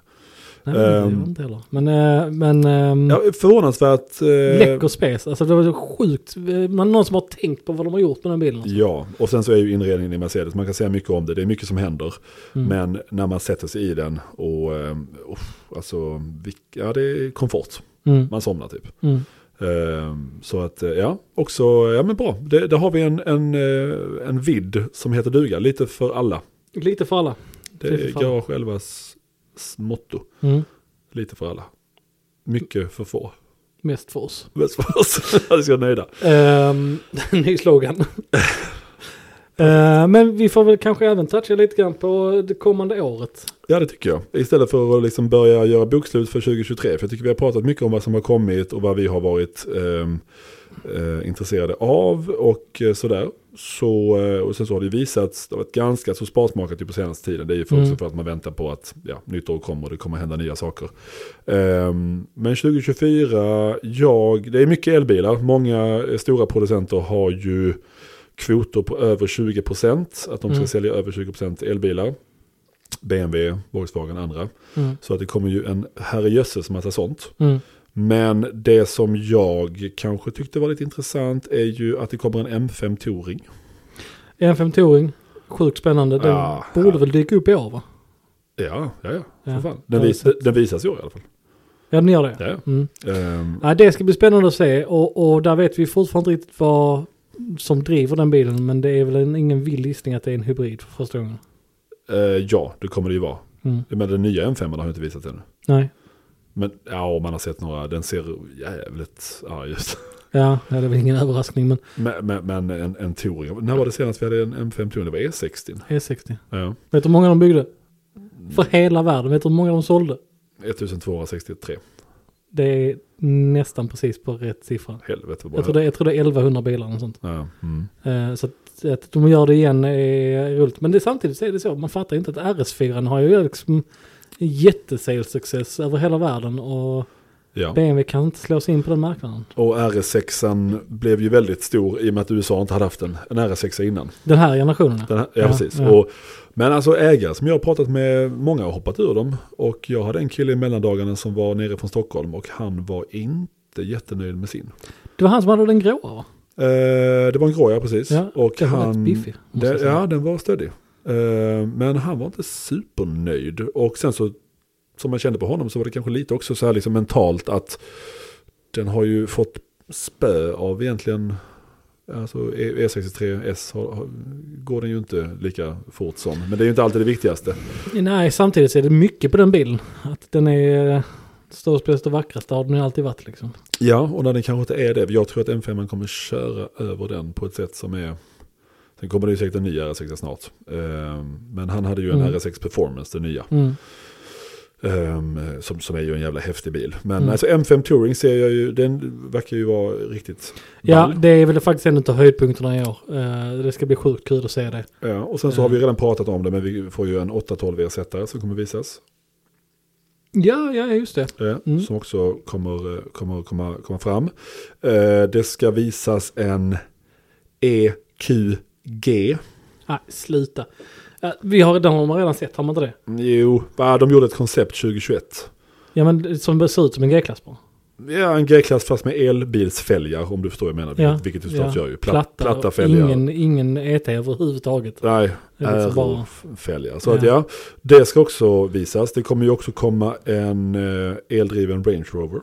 Nej, men det Ehm. gör jag inte heller. Men, eh, men ehm, Ja, förvånansvärt. eh, läcker space. Alltså det var så sjukt. Eh, Man, någon som har tänkt på vad de har gjort med den bilen. alltså. Ja, och sen så är ju inredningen i Mercedes, man kan säga mycket om det, det är mycket som händer. Mm. Men när man sätter sig i den och, eh, uff, alltså, vilk- ja det är komfort. Mm, Man somnar typ. mm. Eh, Så att, eh, ja, också, ja men bra. Det, där har vi en, en, eh, en vidd som heter duga, lite för alla. Lite för alla. Det Lite är för alla. Garage 11s s- motto, Mm. lite för alla. Mycket för få. Mest för oss. Mest för oss. Jag ska nöjda. Ehm, ny slogan. Ehm, men vi får väl kanske även toucha lite grann på det kommande året. Ja, det tycker jag. Istället för att liksom börja göra bokslut för 2023. För jag tycker vi har pratat mycket om vad som har kommit och vad vi har varit ehm, eh, intresserade av och eh, sådär. Så, eh, och sen så har det ju visats, det har varit ganska så sparsmakat ju på senaste tiden. Det är ju för, Mm. också för att man väntar på att ja, nytt år kommer och det kommer hända nya saker. Ehm, men 2024, jag, det är mycket elbilar. Många eh, stora producenter har ju kvoter på över 20%. Att de ska Mm. sälja över 20% elbilar. BMW, Volkswagen, andra. Mm. Så att det kommer ju en herrejösses massa sånt. Mm. Men det som jag kanske tyckte var lite intressant är ju att det kommer en M5 Touring. En Touring, sjukt spännande. Den Ja, borde ja. väl dyka upp i år va? Ja, ja, ja. Ja, För fan. det har Den, jag vis, sett. den visas i år i alla fall. Ja, den gör det. Ja, ja. Mm. Ehm, Ja, det ska bli spännande att se och, och där vet vi fortfarande inte riktigt vad som driver den bilen. Men det är väl en, ingen vild gissning att det är en hybrid för första gången. eh, ja, det kommer det ju vara. Mm. Men den nya M5 har inte visats ännu. Nej, Men ja, man har sett några, den ser jävligt arg ut. ja, det är väl ingen överraskning men Men, men, men en, en Touring, när var det senast vi hade en M5 Touring? Det var E60. E60. Ja. Vet du hur många de byggde? För hela världen, vet du hur många de sålde? E 1263. Det är nästan precis på rätt siffra. Helvete vad bra. Jag tror det, jag tror det är 1100 bilar och sånt. Ja, mm. Eh, Så att, att de gör det igen är roligt. Men det, samtidigt så är det så, man fattar inte att RS4 har ju liksom en jättesales success över hela världen och ja. BMW kan inte slå sig in på den marknaden. Och RS6 blev ju väldigt stor i och med att USA inte hade haft en, en RS6 innan. Den här generationen. Den här, ja, Ja, precis. ja. Och, men alltså ägare som jag har pratat med, många har hoppat ur dem. Och jag hade en kille i mellandagarna som var nere från Stockholm och han var inte jättenöjd med sin. Det var han som hade den gråa va? Eh, det var en grå, ja precis. Ja, och den var han, rätt biffig, måste jag den, säga. ja, den var stöddig. Eh, men han var inte supernöjd. Och sen så, som man kände på honom, så var det kanske lite också så här liksom mentalt att den har ju fått spö av egentligen, alltså E- E63S har, har, går den ju inte lika fort som. Men det är ju inte alltid det viktigaste. Nej, samtidigt så är det mycket på den bilen. Att den är eh, störst, bäst och vackrast. Det har den ju alltid varit liksom. Ja, och när den kanske inte är det. Jag tror att M5 kommer köra över den på ett sätt som är... Sen kommer det ju säkert en ny RS6 snart. Ehm, Men han hade ju en Mm. RS6 Performance, den nya. Mm. Ehm, Som, som är ju en jävla häftig bil. Men Mm. alltså M5 Touring ser jag ju, den verkar ju vara riktigt Ja, ball. det är väl faktiskt en av höjdpunkterna i år. Eh, Det ska bli sjukt kul att se det. Ja, och sen så Ehm. har vi redan pratat om det, men vi får ju en 812 ersättare som kommer visas. Ja, ja just det. eh, Mm. Som också kommer, eh, kommer komma, komma fram. Eh, Det ska visas en E EQG. Nej, sluta. Eh, Vi har, den har man redan sett, har man inte det? Jo, va, de gjorde ett koncept 2021. Ja, men det- som ser ut som en G-klass bara. Ja, en G-klass fast med elbilsfälgar om du förstår vad jag menar. Ja, vilket, vilket du såklart ja. gör ju. Pla- Platta, platta och fälgar. ingen, ingen ET överhuvudtaget. Nej, Det är liksom bara- aerofälgar. Så Ja. att ja, det ska också visas. Det kommer ju också komma en eh, eldriven Range Rover.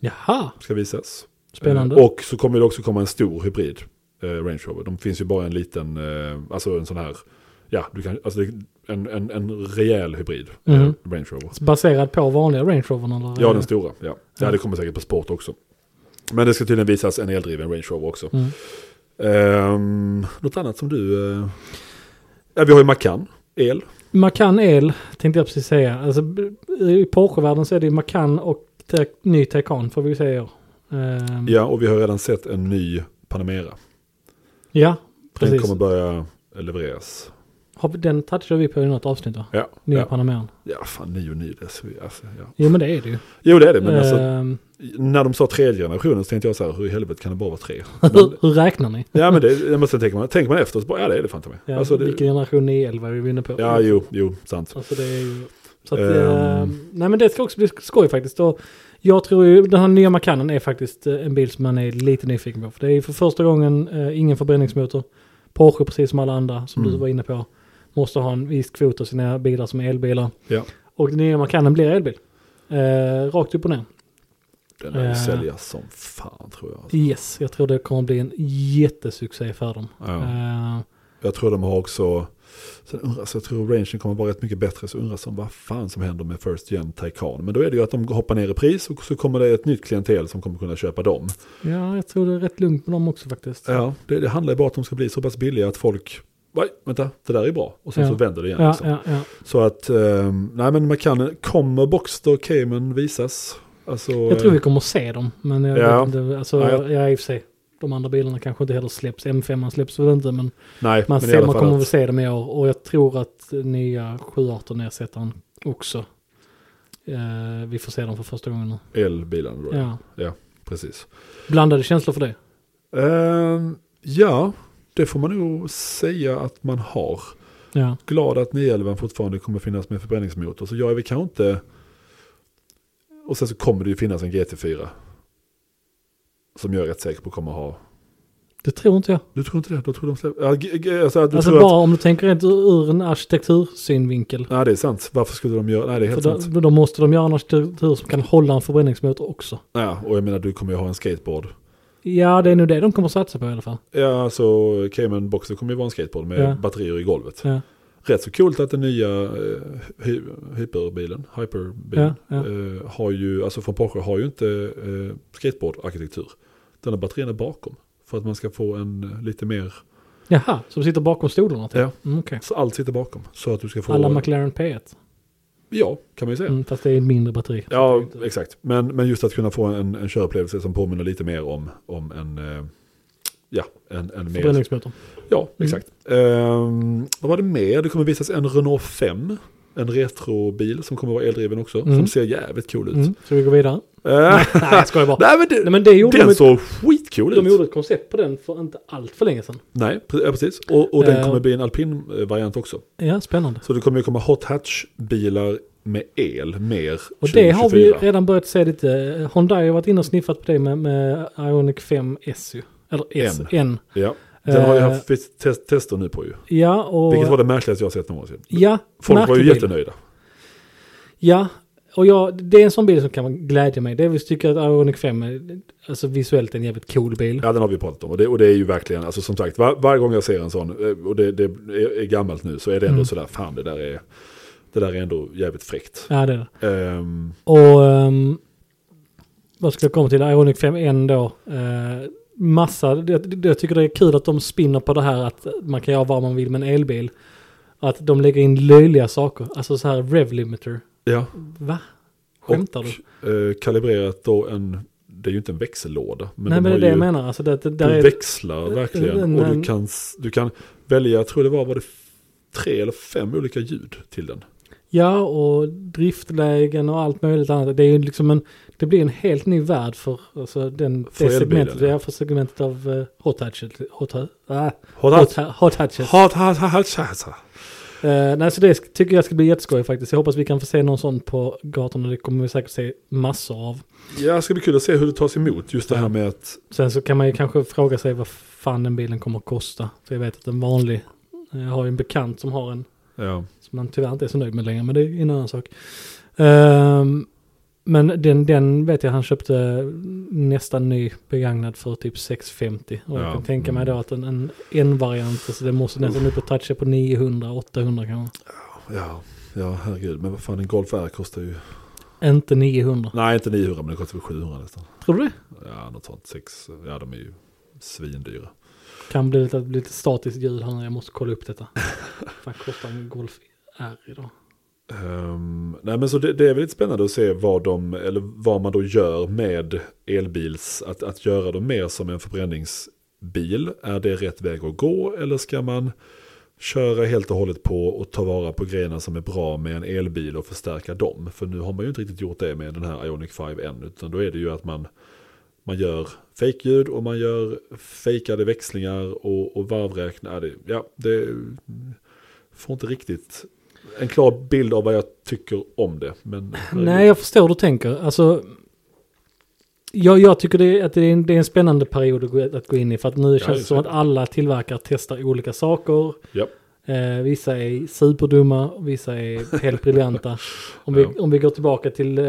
Jaha, Ska visas. spännande. Eh, Och så kommer det också komma en stor hybrid eh, Range Rover. De finns ju bara en liten, eh, alltså en sån här, ja, du kan, alltså det- en, en, en rejäl hybrid eh, Mhm. Range Rover. Baserad på vanliga Range Rover? Eller? Ja, den stora. Ja. Ja. Ja, det kommer säkert på sport också. Men det ska tydligen visas en eldriven Range Rover också. Mm. Ehm, något annat som du... eh, Ja, vi har ju Macan, el. Macan el tänkte jag precis säga. Alltså, b- I Porsche-världen så är det ju Macan och te- ny Taycan får vi säga. Um, Ja, och vi har redan sett en ny Panamera. ja, Den precis. kommer börja levereras. Har vi, den touchade vi på i något avsnitt va? Ja, Nya ja. Panameran. ja fan 9 9 det är så, alltså, ja. Jo men det är det ju. Jo, det är det, men alltså, Ehm, när de sa tredje generationen så tänkte jag så här, hur i helvete kan det bara vara tre? Men, hur, hur räknar ni? ja, men det, ja, men sen tänker man, tänker man efter så bara, ja det är det fan ta mig. Ja, alltså, det, Vilken generation är el var vi inne på? ja, jo, jo, sant. Alltså det är ju... Så att, Ehm. eh, nej men det ska också bli skoj faktiskt. Och jag tror ju den här nya Macanen är faktiskt eh, en bil som man är lite nyfiken på. För det är ju för första gången eh, ingen förbränningsmotor. Porsche precis som alla andra som du Mm. var inne på. Måste ha en viss kvot av sina bilar som är elbilar. Ja, Och den nya Macanen blir elbil. Eh, rakt upp och ner. den lär ju Eh. säljas som fan tror jag. alltså. Yes, jag tror det kommer bli en jättesuccé för dem. Ja. Eh, Jag tror de har också, sen undras, jag tror rangen kommer vara rätt mycket bättre, så undras om vad fan som händer med First Gen Taycan. Men då är det ju att de hoppar ner i pris och så kommer det ett nytt klientel som kommer kunna köpa dem. ja, jag tror det är rätt lugnt med dem också faktiskt. Ja, det, det handlar ju bara om att de ska bli så pass billiga att folk, nej, vänta, det där är bra. Och sen Ja. så vänder det igen. Ja, liksom. ja, ja. Så att, ehm, nej men man kan, kommer Boxster Cayman visas? Alltså, Jag tror vi kommer att se dem. Men jag Ja. vet inte, alltså, Ja, ja. jag- jag i och för sig. De andra bilarna kanske inte heller släpps. M5 släpps väl inte men nej, man, men i ser, alla man fall kommer att- att se dem i år. Och jag tror att nya 718 ersättaren också. Eh, vi får se dem för första gången nu. Elbilen, då. Ja. precis. Blandade känslor för det. Ehm, ja, det får man nog säga att man har. Ja. glad att 911 fortfarande kommer finnas med förbränningsmotor. Så jag är väl kanske inte... Och sen så kommer det ju finnas en GT4. Som jag är rätt säker på kommer ha. Det tror inte jag. Du tror inte det? Då tror de släpper... Ja, g- g- alltså, du alltså tror bara att... om du tänker rent ur, ur en arkitektursynvinkel. Nej, det är sant. Varför skulle de göra... Nej, det är För helt då, sant. då måste de göra en arkitektur som kan hålla en förbränningsmotor också. Ja, och jag menar, du kommer ju ha en skateboard. Ja, det är nog det de kommer att satsa på i alla fall. Ja, alltså Cayman Boxer kommer ju vara en skateboard med Ja. batterier i golvet. Ja. Rätt så coolt att den nya eh, hy hyperbilen, hyperbilen Ja, ja. Eh, har ju, alltså från Porsche har ju inte eh, skateboardarkitektur. Den har batterierna bakom. För att man ska få en eh, lite mer, Jaha, så de sitter bakom stolarna? typ? Ja. Mm, okej. så allt sitter bakom. Så att du ska få... Alla McLaren P1. Ja, kan man ju säga. Mm, fast det är en mindre batteri. Ja, exakt. Men, men just att kunna få en, en körupplevelse som påminner lite mer om, om en... eh, Ja, en, en mer... Förbränningsmotor. Ja, exakt. Mm. Ehm, vad var det mer? Det kommer visas en Renault 5. En retrobil som kommer vara eldriven också. Mm. Som ser jävligt cool ut. Mm. Ska vi gå vidare? Eh, Nej, jag skojar bara. nej, men det, Nej, men det gjorde den de, såg skitcool ut. de gjorde ett koncept på den för inte allt för länge sedan. Nej, pre- ja, precis. Och, och den Eh. kommer bli en alpin eh, variant också. Ja, spännande. Så det kommer ju komma hot hatch-bilar med el mer Och 2024. det har vi ju redan börjat se lite. Eh, Hyundai har varit inne och sniffat på det med, med Ionic 5 S ju. Eller S, N. N. Ja, den har jag Eh. haft vis- test, tester nu på ju. Ja, och... Vilket var det märkligaste jag har sett någonsin. Ja, Folk var ju märklig bil. jättenöjda. Ja, och jag, det är en sån bil som kan glädja mig. Det är väl tycker att Ionic 5 är alltså, visuellt en jävligt cool bil. Ja, den har vi pratat om. Och det, och det är ju verkligen, alltså som sagt, var, varje gång jag ser en sån, eh, och det, det är, är gammalt nu, så är det ändå Mm. sådär, fan det där är, det där är ändå jävligt fräckt. Ja, det är det. Ehm, Och ehm, vad ska jag komma till? Ionic 5 N då. Eh, massa, det- det- jag tycker det är kul att de spinner på det här att man kan göra vad man vill med en elbil. Att de lägger in löjliga saker. Alltså så här rev limiter. ja. Va? Skämtar du? och, eh, kalibrerat då en, det är ju inte en växellåda. Men Nej men de det har är det ju, jag menar. Alltså det, det där Du är... växlar verkligen. en- och du en- kan, s- du kan välja, jag tror det var, var det f- tre eller fem olika ljud till den. Ja och driftlägen och allt möjligt annat. Det är ju liksom en... Det blir en helt ny värld för, alltså den, För det elbilen, segmentet. ja. Ja, för segmentet av uh, hot hatchet. Hot, hot, äh, Hot hot, hatch. ha- hot hatchet. Hot hatch. hatch, hatch. Eh, nej, så det sk- tycker jag ska bli jätteskoj faktiskt. Jag hoppas vi kan få se någon sån på gatorna. Det kommer vi säkert se massor av. Ja, det ska bli kul att se hur det tas emot. Just det här med att Sen så kan man ju kanske fråga sig vad fan den bilen kommer att kosta. För jag vet att en vanlig, eh, jag har ju en bekant som har en, ja, som man tyvärr inte är så nöjd med längre, men det är en annan sak. Ehm, men den, den vet jag han köpte nästan ny begagnad för typ 650. Och Ja, jag kan tänka mm. mig då att en, en, en variant, så det måste nästan upp och toucha på 900-800 kanske. ja, ja, herregud. Men vad fan, en Golf R kostar ju... Inte 900. Nej, inte 900, men den kostar väl 700 nästan. Tror du det? Ja, något sånt. Sex, ja, de är ju svindyra. Kan bli lite, lite statiskt ljud här nu, jag måste kolla upp detta. Vad kostar en Golf R idag? Ehm, nej, men så det, det är väl lite spännande att se vad, de, eller vad man då gör med elbils, att, att göra dem mer som en förbränningsbil. Är det rätt väg att gå eller ska man köra helt och hållet på och ta vara på grejerna som är bra med en elbil och förstärka dem? För nu har man ju inte riktigt gjort det med den här Ionic 5 än, utan då är det ju att man man gör fejkljud och man gör fejkade växlingar och, och varvräknade. Ja, det får inte riktigt en klar bild av vad jag tycker om det. Men, Nej, jag förstår hur du tänker. Alltså, jag, jag tycker det är, att det är, en, det är en spännande period att gå, att gå in i. För att nu känns det är det som att det. alla tillverkare testar olika saker. Ja, Eh, vissa är superdumma, vissa är helt briljanta. Om vi, Ja. om vi går tillbaka till eh,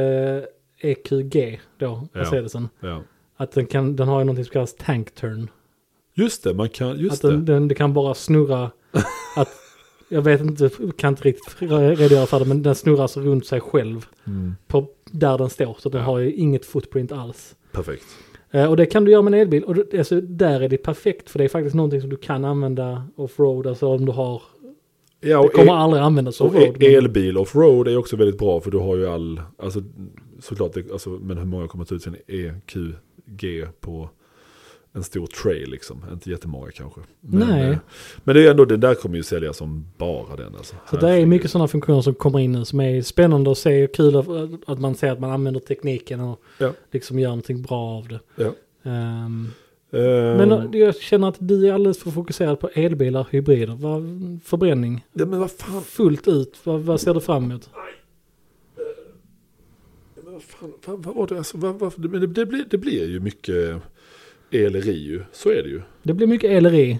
EQG då, Ja. Mercedesen. ja. Att den, kan, den har ju någonting som kallas tank turn. Just det, man kan, just Att den, det. den, det kan bara snurra. att, jag vet inte, kan inte riktigt redogöra för det, men den snurrar alltså runt sig själv. Mm, På, där den står, så den Ja. har ju inget footprint alls. perfekt. Eh, och det kan du göra med en elbil. Och det, alltså, där är det perfekt, för det är faktiskt någonting som du kan använda offroad. Alltså om du har... Ja, Det och, kommer el, aldrig användas och offroad. e- men- elbil offroad är också väldigt bra för du har ju all, alltså såklart, det, alltså, men hur många kommer ta ut sin EQG på en stor trail liksom? Inte jättemånga kanske. Men, Nej. eh, Men det är ändå, det där kommer ju sälja som bara den alltså. Så det är Herregud. mycket sådana funktioner som kommer in nu som är spännande att se och kul att- att man ser att man använder tekniken och Ja. liksom gör någonting bra av det. Ja. Ehm, Ehm, Men eh, jag känner att du är alldeles för fokuserad på elbilar, hybrider, vad- förbränning. ja, men vad fan, Fullt ut, vad, vad ser du fram emot? men vad, fan vad, vad var det? Alltså, vad, vad, men det, det, blir, det blir ju mycket eleri ju, så är det ju. Det blir mycket eleri.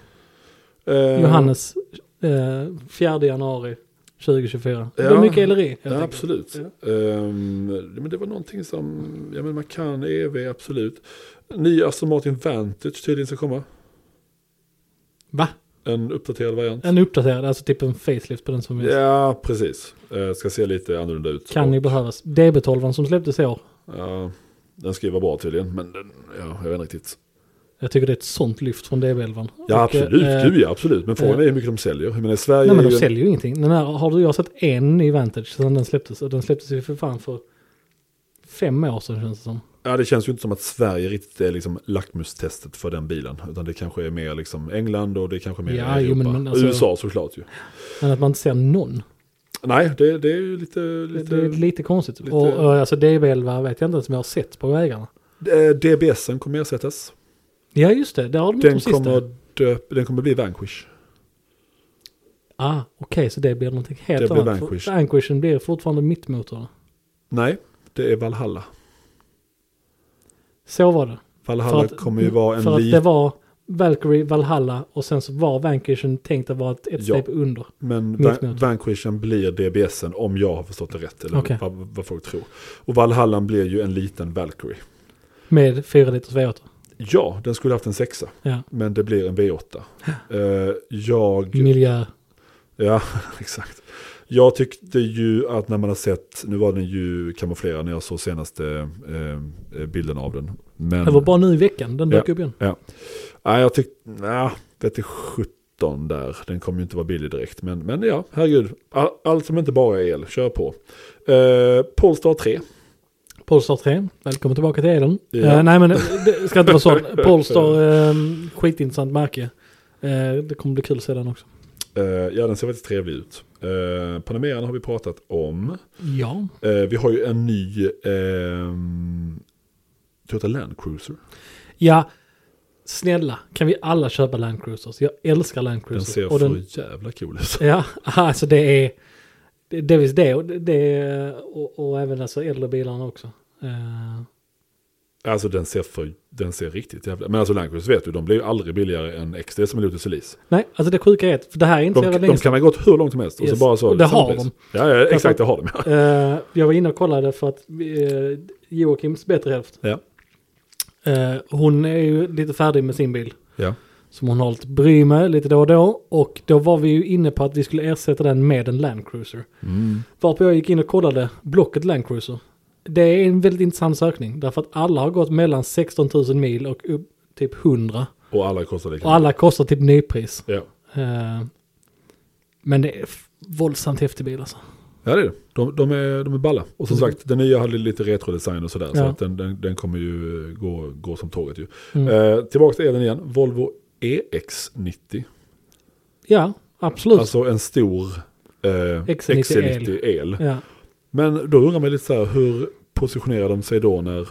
Ehm, Johannes, eh, 4 januari 2024. Det blir Ja. mycket eleri. helt Ja, enkelt. absolut. Ja. Ehm, men det var någonting som, ja men man kan EV, absolut. Ny Aston Martin Vantage tydligen ska komma. Va? En uppdaterad variant. En uppdaterad, alltså typ en facelift på den som vi Ja, precis. Eh, ska se lite annorlunda ut. kan ju behövas. DB12 som släpptes i år. Ja, den ska ju vara bra tydligen, men den, ja, jag vet inte riktigt. Jag tycker det är ett sånt lyft från DB11. Ja, Och, absolut. eh, Gud ja, absolut. Men frågan eh, är hur mycket de säljer. Jag menar, Sverige Nej men är de ju en- säljer ju ingenting. Den här, har du, jag har sett en ny Vantage sedan den släpptes. Och den släpptes ju för fan för fem år sedan känns det som. Ja, det känns ju inte som att Sverige riktigt är liksom lackmustestet för den bilen. Utan det kanske är mer liksom England och det kanske är mer Ja, jo, Europa. men- men alltså- USA såklart ju. Men att man inte ser någon. Nej, det, det är ju lite... Det, lite... det är lite konstigt. lite- Och, och alltså DB11 vet jag inte ens om jag har sett på vägarna. Eh, DBSen kommer ersättas. Ja just det, där har de inte Den de sista. kommer, döp, den kommer bli Vanquish. Ah, okej så det blir någonting helt Det blir annat. För Vanquish. Vanquishen blir fortfarande mittmotorn. Nej, det är Valhalla. Så var det. Valhalla För att- kommer ju vara För en att liten... det var Valkyrie, Valhalla och sen så var Vanquishen tänkt att vara ett, ett Ja. steg under. Men Mitt Van- möte. Vanquishen blir DBSen om jag har förstått det rätt. Eller Okej. vad, vad folk tror. Och Valhalla blir ju en liten Valkyrie. Med 4 liters V8. Ja, den skulle haft en sexa. Ja. Men det blir en V8. Eh, jag... Miljö. Ja, exakt. Jag tyckte ju att när man har sett, nu var den ju kamouflerad när jag såg senaste eh, bilden av den. Men, Det var bara nu i veckan den dök Ja. upp igen. Nej, jag tyckte, nej, vet du, 17 där, den kommer ju inte vara billig direkt. Men, men ja, herregud, all, allt som inte bara är el, kör på. Eh, Polestar 3, Polestar 3, välkommen tillbaka till Eden. Ja. Eh, nej men det ska inte vara så. Polestar, um, skitintressant märke. Eh, det kommer bli kul att se den också. eh, ja den ser faktiskt trevlig ut. Eh, Panameran har vi pratat om. Ja. Eh, vi har ju en ny ehm, Toyota Land Cruiser. Ja, snälla kan vi alla köpa Land Cruisers? Jag älskar Land Den Cruisers. ser Och för den- jävla cool ut. Ja, alltså det är det- delvis det, och, det- det och, och även alltså äldre bilarna också. Eh, Alltså den ser, för, den ser riktigt jävla... Men alltså Landcruise vet du, de blir ju aldrig billigare än X. Det är som en Lotus Elise. nej, alltså det sjuka är att för det här är inte De, så jävla de länge sedan. kan ha gått hur långt som helst. Och Yes. så bara så, Och det samma har pris. de. Ja, ja exakt, Därför- det har de. Ja. Eh, jag var inne och kollade för att eh, Joakims bättre hälft, Ja. eh, hon är ju lite färdig med sin bil. Ja. Som hon har lite bry med lite då och då. Och då var vi ju inne på att vi skulle ersätta den med en Land Cruiser. Mm. Varpå jag gick in och kollade blocket Land Cruiser. Det är en väldigt intressant sökning. Därför att alla har gått mellan 16 000 mil och upp typ 100. Och alla kostar lika Och alla kostar typ nypris. mycket. Ja. Eh, Men det är f- våldsamt häftig bil alltså. ja, det är det. De, de, är, de är balla. Och som Mm. sagt, den nya hade lite retrodesign och sådär. Så Ja. att den, den, den kommer ju eh, gå, gå som tåget ju. Mm. Eh, tillbaka till elen igen. Volvo E EX90. Ja, absolut. Alltså en stor eh, XC90 XC90 el. ja. Men då undrar man lite så här, hur positionerar de sig då när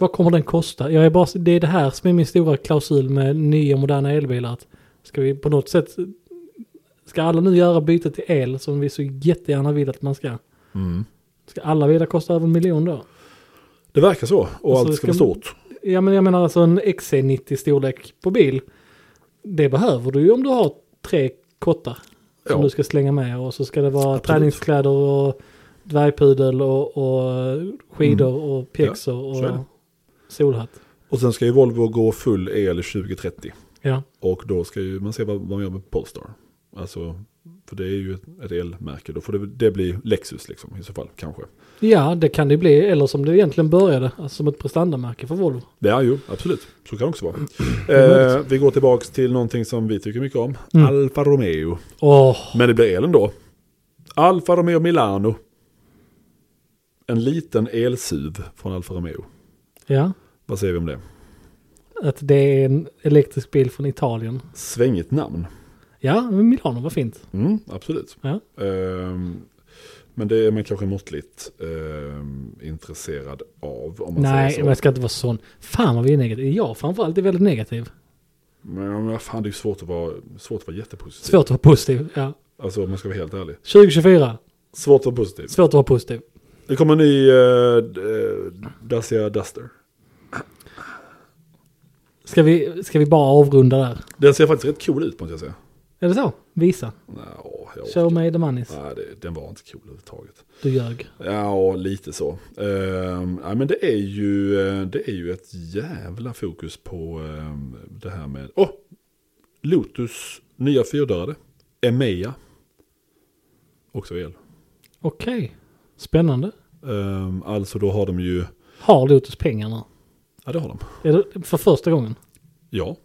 Vad kommer den kosta? Jag är bara, det är det här som är min stora klausul med nya moderna elbilar. Att ska vi på något sätt, ska alla nu göra bytet till el som vi så jättegärna vill att man ska? Mm. Ska alla bilar kosta över en miljon då? Det verkar så. Och Alltså, allt ska, ska- vara stort. Ja men jag menar alltså en XC90 storlek på bil. Det behöver du ju om du har tre kottar. Som Ja. du ska slänga med och så ska det vara Absolut. träningskläder och dvärgpudel och, och skidor och pjäxor Mm. så är och det. solhatt. Och sen ska ju Volvo gå full el 2030. Ja, Och då ska ju man se vad vad man gör med Polestar. Alltså, för det är ju ett, ett elmärke. Då får det, det bli Lexus liksom i så fall kanske. ja det kan det bli. Eller som det egentligen började, alltså som ett prestandamärke för Volvo. Ja, jo, absolut. Så kan det också vara. är eh, vi går tillbaka till någonting som vi tycker mycket om. Mm. Alfa Romeo. Åh, Men det blir elen då. Alfa Romeo Milano. En liten elsuv från Alfa Romeo. ja. Vad säger vi om det? Att det är en elektrisk bil från Italien. Svängigt namn. Ja, men Milano var fint. Mm, absolut. Ja. Ehm, men det är man kanske måttligt ehm, intresserad av. Om man Nej, säger men så. jag ska inte vara sån. Fan vad vi är negativa. Jag framförallt är väldigt negativ. Men, men fan, det är ju svårt att vara, svårt att vara jättepositiv. Svårt att vara positiv. Ja. Alltså om man ska vara helt ärlig. 2024, Svårt att vara positiv. svårt att vara positiv. Det kommer en ny eh, d- eh, Dacia Duster. Ska vi, ska vi bara avrunda där? Den ser faktiskt rätt cool ut måste jag säga. Är det så? Visa. Nå, jag Show orkar. me the manis. Nej, det, den var inte cool överhuvudtaget. Du ljög. Ja, lite så. Ehm, nej, men det är, ju, eh, det är ju ett jävla fokus på ehm, det här med... Åh! Oh, Lotus nya fyrdörrade. Emea. Också el. Okej. Spännande. Ehm, alltså då har de ju... Har Lotus pengarna? Ja, det har de. Är det för första gången? Ja.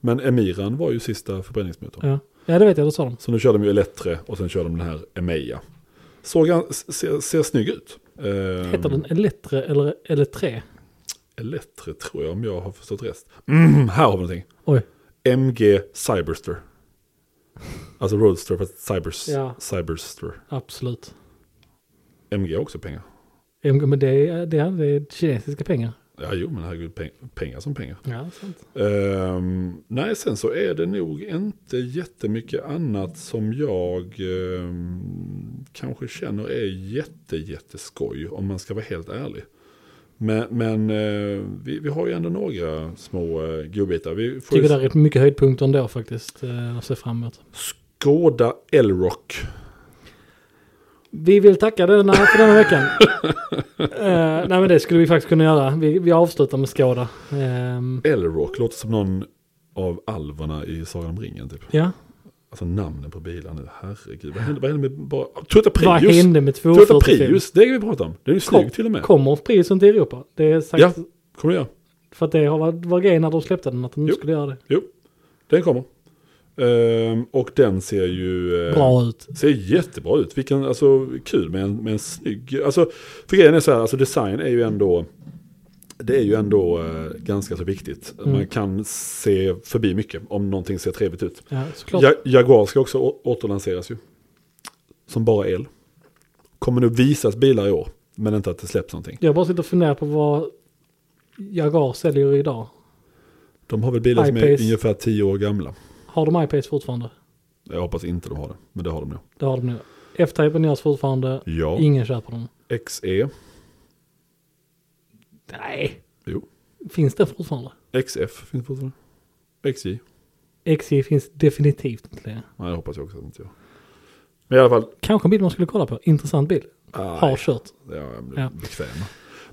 Men Emiran var ju sista förbränningsmotorn. Ja, ja det vet jag, det sa de. Så nu kör de ju Elettre och sen kör de den här Emeja. Såg han, ser, ser snygg ut. Eh, Heter den Elettre eller Eletre? Elettre tror jag om jag har förstått rätt. Mm, här har vi någonting. Oj. MG Cyberster. Alltså Roadster fast Cybers, Ja. Cyberster. Absolut. MG har också pengar. MG, Men det är, det är, det är kinesiska pengar. Ja, jo, men herregud, peng, pengar som pengar. Ja, sant. Ehm, nej, sen så är det nog inte jättemycket annat som jag ehm, kanske känner är jätte, jätteskoj om man ska vara helt ärlig. Men, men eh, vi, vi har ju ändå några små uh, godbitar. Vi får Tycker ju det är mycket höjdpunkter ändå faktiskt eh, att se fram emot. skåda Elrock. Vi vill tacka denna för denna veckan. Eh, nej men det skulle vi faktiskt kunna göra. Vi, vi avslutar med Skåda. Ehm, Elrock låter som någon av alverna i Sagan om ringen typ. ja, Alltså namnen på bilar nu, herregud. Vad hände, vad hände med bara... Toyota vad Prius! hände med Toyota 245? Prius, det kan vi prata om. Det är ju snygg till och med. Kommer Priusen till Europa? Det är sagt Ja, kommer det göra. för att det har varit- var grejen när de släppte den att de Jo. skulle göra det. Jo, den kommer. Ehm, och den ser ju... eh, Bra ut. Ser jättebra ut. Vilken, alltså kul med en, med en snygg... Alltså, för grejen är så här, alltså design är ju ändå... Det är ju ändå eh, ganska så viktigt. Mm. Man kan se förbi mycket om någonting ser trevligt ut. Ja, såklart. Ja, Jaguar ska också å- återlanseras ju. Som bara el. Kommer nog visas bilar i år. Men inte att det släpps någonting. Jag bara sitter och funderar på vad Jaguar säljer idag. De har väl bilar som är I-Pace. ungefär tio år gamla. Har de iPace fortfarande? Jag hoppas inte de har det. Men det har de nog. Det har de nu. F-Typen görs fortfarande. Ja. E. Ingen köper dem. XE. Nej. Jo. Finns det fortfarande? XF finns fortfarande. XJ. XJ finns definitivt inte längre. Nej, det hoppas jag också att det inte gör. Men i alla fall. Kanske en bil man skulle kolla på. Intressant bil. Har Nej, kört. ja, jag blir Ja. bekväm.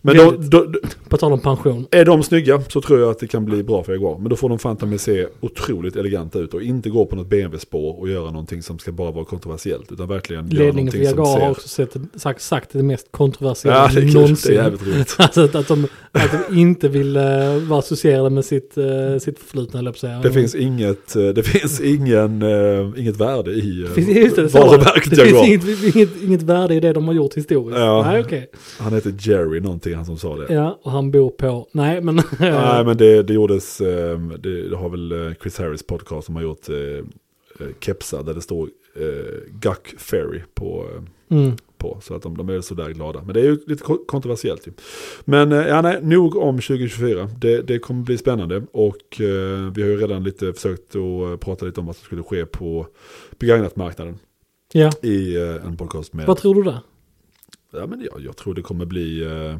Men då, Väldigt. då, då, På tal om pension. är de snygga så tror jag att det kan bli bra för Jaguar. Men då får de fan ta med se otroligt eleganta ut och inte gå på något BMW-spår och göra någonting som ska bara vara kontroversiellt. Utan verkligen göra Ledningen för någonting som Jaguar har ser... också sett, sagt, sagt det mest kontroversiella Ja, det är kul. Det någonsin. är jävligt roligt. Alltså att, att, de, att de inte vill eh, vara associerade med sitt, eh, sitt förflutna, höll jag på att säga. Det finns inget, eh, det finns ingen, eh, inget värde i eh, Det finns- just det, det sa de. varumärket Det finns Jaguar. inget, inget, inget värde i det de har gjort historiskt. Ja. Nej, okej. Han heter Jerry någonting, han som sa det. Ja, och han bor på... Nej, men... Nej, men det, det gjordes, eh, det, det har väl eh, Chris Harris podcast som har gjort eh, eh, kepsar där det står eh, Guck Ferry på. eh, mm. på så att de, de är sådär glada. Men det är ju lite ko- kontroversiellt ju. Men eh, ja, nej, nog om 2024. Det, det kommer bli spännande. Och eh, vi har ju redan lite försökt att eh, prata lite om vad som skulle ske på begagnatmarknaden. Ja, I eh, en podcast med... vad tror du där? Ja, men jag, jag tror det kommer bli... Eh,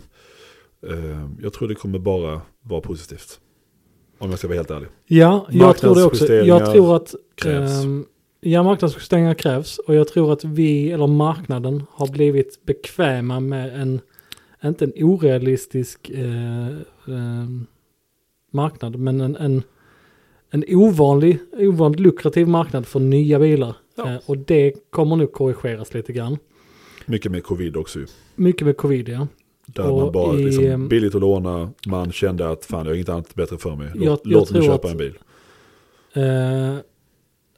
eh, jag tror det kommer bara vara positivt. Om jag ska vara helt ärlig. Ja, jag tror det också. Jag Marknadsjusteringar tror att... krävs. ehm, ja, marknadsjusteringar krävs. Och jag tror att vi, eller marknaden, har blivit bekväma med en... Inte en orealistisk eh, ehm, marknad, men en... en en ovanlig, ovanligt lukrativ marknad för nya bilar. Ja. Eh, och det kommer nog korrigeras lite grann. Mycket med covid också ju. Mycket Mycket med covid ja. Där Och man bara, i, liksom, ehm, billigt att låna, man kände att fan jag har inget annat bättre för mig. Låt, Jag- jag låt mig tror köpa att- en bil. Eh,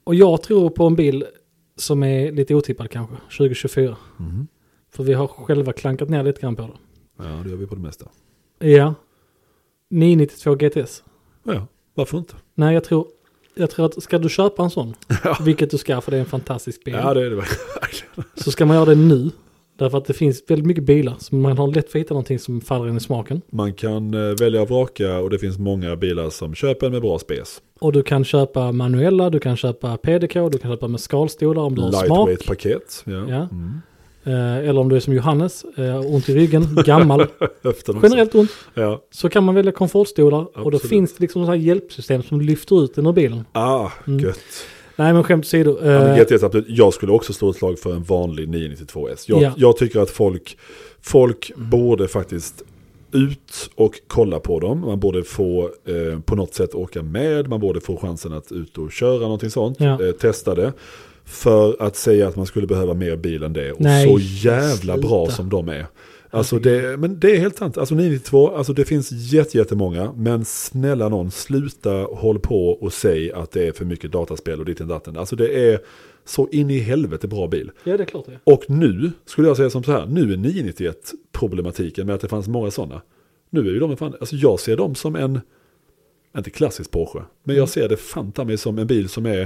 och jag tror på en bil som är lite otippad kanske, 2024. Mhm. För vi har själva klankat ner lite grann på det. Ja, det gör vi på det mesta. Ja. 992 GTS. Ja, varför inte? Nej, jag tror, jag tror att ska du köpa en sån, Ja. vilket du ska för det är en fantastisk bil, Ja, det är det verkligen. så ska man göra det nu. Därför att det finns väldigt mycket bilar, så man har lätt för att hitta någonting som faller in i smaken. Man kan eh, välja och vraka och det finns många bilar som köper en med bra spes. Och du kan köpa manuella, du kan köpa PDK, du kan köpa med skalstolar om du har smak. Lightweight-paket. Ja. Ja. Mm. Eh, eller om du är som Johannes, eh, ont i ryggen, gammal, Höften också. generellt ont. Ja. Så kan man välja komfortstolar och då Absolut. finns det liksom så här hjälpsystem som lyfter ut den ur bilen. Ah, Mm. gött. Nej men skämt åsido. Ja, men Eh, GTS, absolut. Jag skulle också slå ett slag för en vanlig 992S. Jag, Ja. jag tycker att folk, folk borde faktiskt ut och kolla på dem. Man borde få eh, på något sätt åka med, man borde få chansen att ut och köra någonting sånt, Ja. eh, testa det. För att säga att man skulle behöva mer bil än det, och Nej, så jävla bra sluta. som de är. Alltså det, men det är helt sant. Alltså 992, alltså det finns jätte- jättemånga. Men snälla någon, sluta håll på och säg att det är för mycket dataspel och ditt och datten. Alltså det är så in i helvete bra bil. Ja, det är klart det. Och nu skulle jag säga som så här, nu är 991 problematiken med att det fanns många sådana. Nu är ju de fan, alltså jag ser dem som en, inte klassisk Porsche, men jag ser det fan ta mig som en bil som är,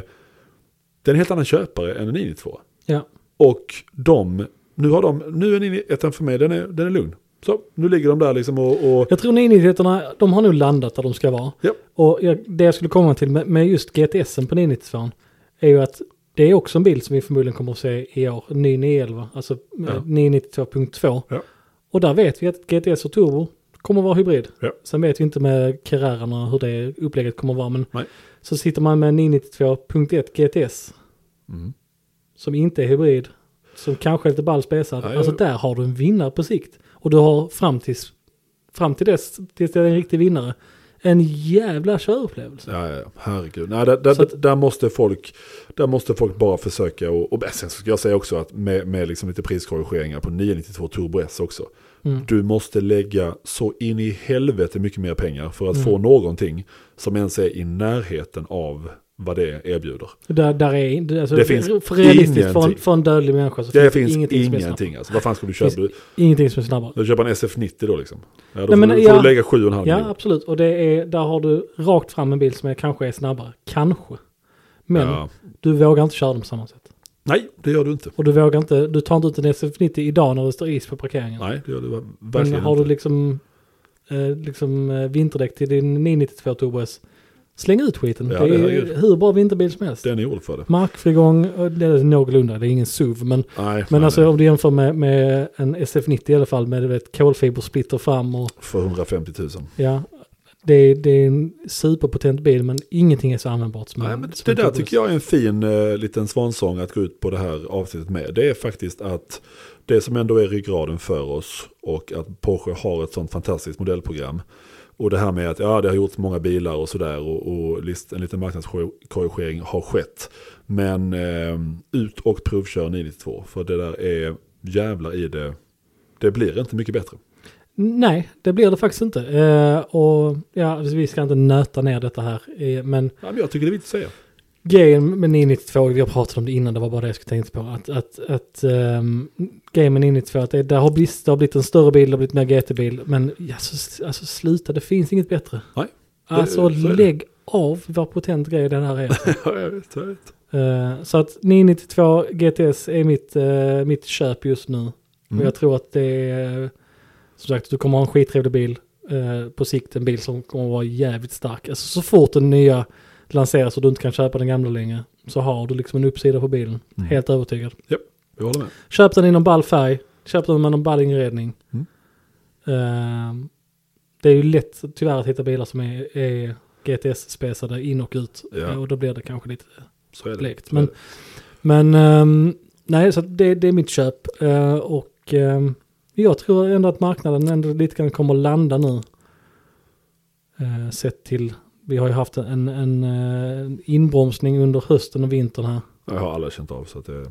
den är en helt annan köpare än en 992. Ja. Och de, nu har de, nu är 991 för mig, den är, den är lugn. Så, nu ligger de där liksom och, och Jag tror 990 de har nog landat där de ska vara. ja, Och jag, det jag skulle komma till med, med just GTSen på 992 är ju att det är också en bil som vi förmodligen kommer att se i år, ny 911, alltså Ja. ja. 992.2. Ja. Och där vet vi att GTS och Turbo kommer att vara hybrid. Ja. Sen vet vi inte med Carrarerna hur det upplägget kommer att vara, men Nej. så sitter man med 992.1 GTS Mm. som inte är hybrid, som kanske är lite ballspesad. Ja, jag- Alltså där har du en vinnare på sikt. Och du har fram tills, fram till dess, tills det är en riktig vinnare, en jävla körupplevelse. Ja, ja, ja, herregud. Nej, där, där, Så att- där, måste folk, där måste folk bara försöka och, och sen ska jag säga också att med, med liksom lite priskorrigeringar på 992 Turbo S också. Mm. Du måste lägga så in i helvete mycket mer pengar för att få någonting som ens är i närheten av vad det erbjuder. Där, där är, in- alltså, Det finns för realistiskt för, en- ingenting. för en dödlig människa så Det finns ingenting. som är snabbare. alltså, vad fan ska du Det köpa? finns Du, ingenting som är snabbare. du köper en SF90 då liksom. Ja, då Nej, får, men du, ja. får du lägga 7,5 Ja, miljoner. absolut. Och det är, där har du rakt fram en bil som är, kanske är snabbare. Kanske. Men Ja. du vågar inte köra dem på samma sätt. Nej, det gör du inte. Och du vågar inte, du tar inte ut en SF90 idag när det står is på parkeringen. Nej, det gör du Men verkligen har du inte. liksom, eh, liksom eh, vinterdäck till din 992 Turbo S, släng ut skiten. Ja, det det- är herregud. hur bra vinterbil som helst. Den är gjord för det. Markfrigång, eh, det är någorlunda, det är ingen SUV, men, Nej, men nej, alltså nej. om du jämför med, med en SF90 i alla fall med du vet, kolfibersplitter fram och För 150 000. ja, det, är- det är en superpotent bil men ingenting är så användbart som Nej, en- men som det en där Turbo S. tycker jag är en fin eh, liten svansång att gå ut på det här avsnittet med. Det är faktiskt att det som ändå är ryggraden för oss och att Porsche har ett sånt fantastiskt modellprogram. Och det här med att ja, det har gjorts många bilar och sådär och, och list, en liten marknadskorrigering har skett. Men eh, ut och provkör 992 för det där är jävlar i det. Det blir inte mycket bättre. Nej, det blir det faktiskt inte. Eh, och ja, vi ska inte nöta ner detta här, eh, men Ja, men jag tycker det är viktigt att säga. Grejen med 992, vi har pratat om det innan, det var bara det jag skulle tänka på. Att, att, att um, grejen med 992, att det, det, har blivit, det har blivit en större bil, det har blivit mer GT-bil. Men alltså, alltså sluta, det finns inget bättre. Nej, det- så Alltså är det. lägg av vad potent grej den här är. Ja, jag vet, jag vet. Eh, så att 992 GTS är mitt, eh, mitt köp just nu. Mm. Och jag tror att det är, som sagt, du kommer ha en skittrevlig bil eh, på sikt. En bil som kommer vara jävligt stark. Alltså så fort den nya lanseras och du inte kan köpa den gamla längre så har du liksom en uppsida på bilen. Mm. Helt övertygad. Jag håller med. Köp den i någon ball färg. Köp den med någon ball inredning. Mm. Eh, det är ju lätt tyvärr att hitta bilar som är, är GTS-spesade in och ut. Ja. Och då blir det kanske lite Så är det. blekt. Så är Men, men ehm, nej, så att det, det är mitt köp. Eh, och ehm, jag tror ändå att marknaden ändå lite grann kommer att landa nu. Eh, sett till, vi har ju haft en, en eh, inbromsning under hösten och vintern här. Jag har alla känt av så att det...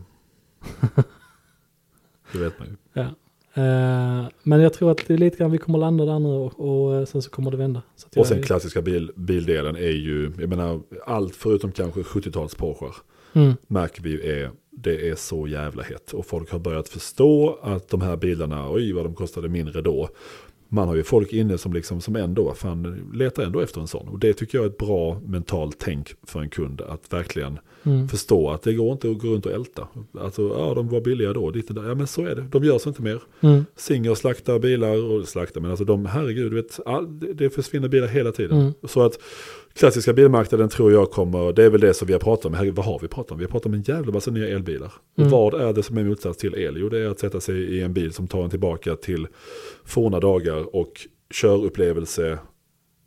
det vet man ju. Ja. Eh, men jag tror att det är lite grann vi kommer att landa där nu och, och eh, sen så kommer det vända. Så att Och sen jag- klassiska bil, bildelen är ju, jag menar allt förutom kanske 70-tals Porsche mm, märker vi ju är, det är så jävla hett. Och folk har börjat förstå att de här bilarna, oj vad de kostade mindre då. Man har ju folk inne som liksom, som ändå, vad fan, letar ändå efter en sån. Och det tycker jag är ett bra mentalt tänk för en kund, att verkligen mm. förstå att det går inte att gå runt och älta. Alltså, ja de var billiga då, ditt och där. ja men så är det, de gör så inte mer. Mm, Singer slaktar bilar och slaktar, men alltså de, herregud, du vet, all, det- det försvinner bilar hela tiden. Mm. Så att klassiska bilmarknaden tror jag kommer, det är väl det som vi har pratat om, herregud, vad har vi pratat om? Vi har pratat om en jävla massa nya elbilar. Mm. Och vad är det som är motsats till el? Jo, det är att sätta sig i en bil som tar en tillbaka till forna dagar och körupplevelse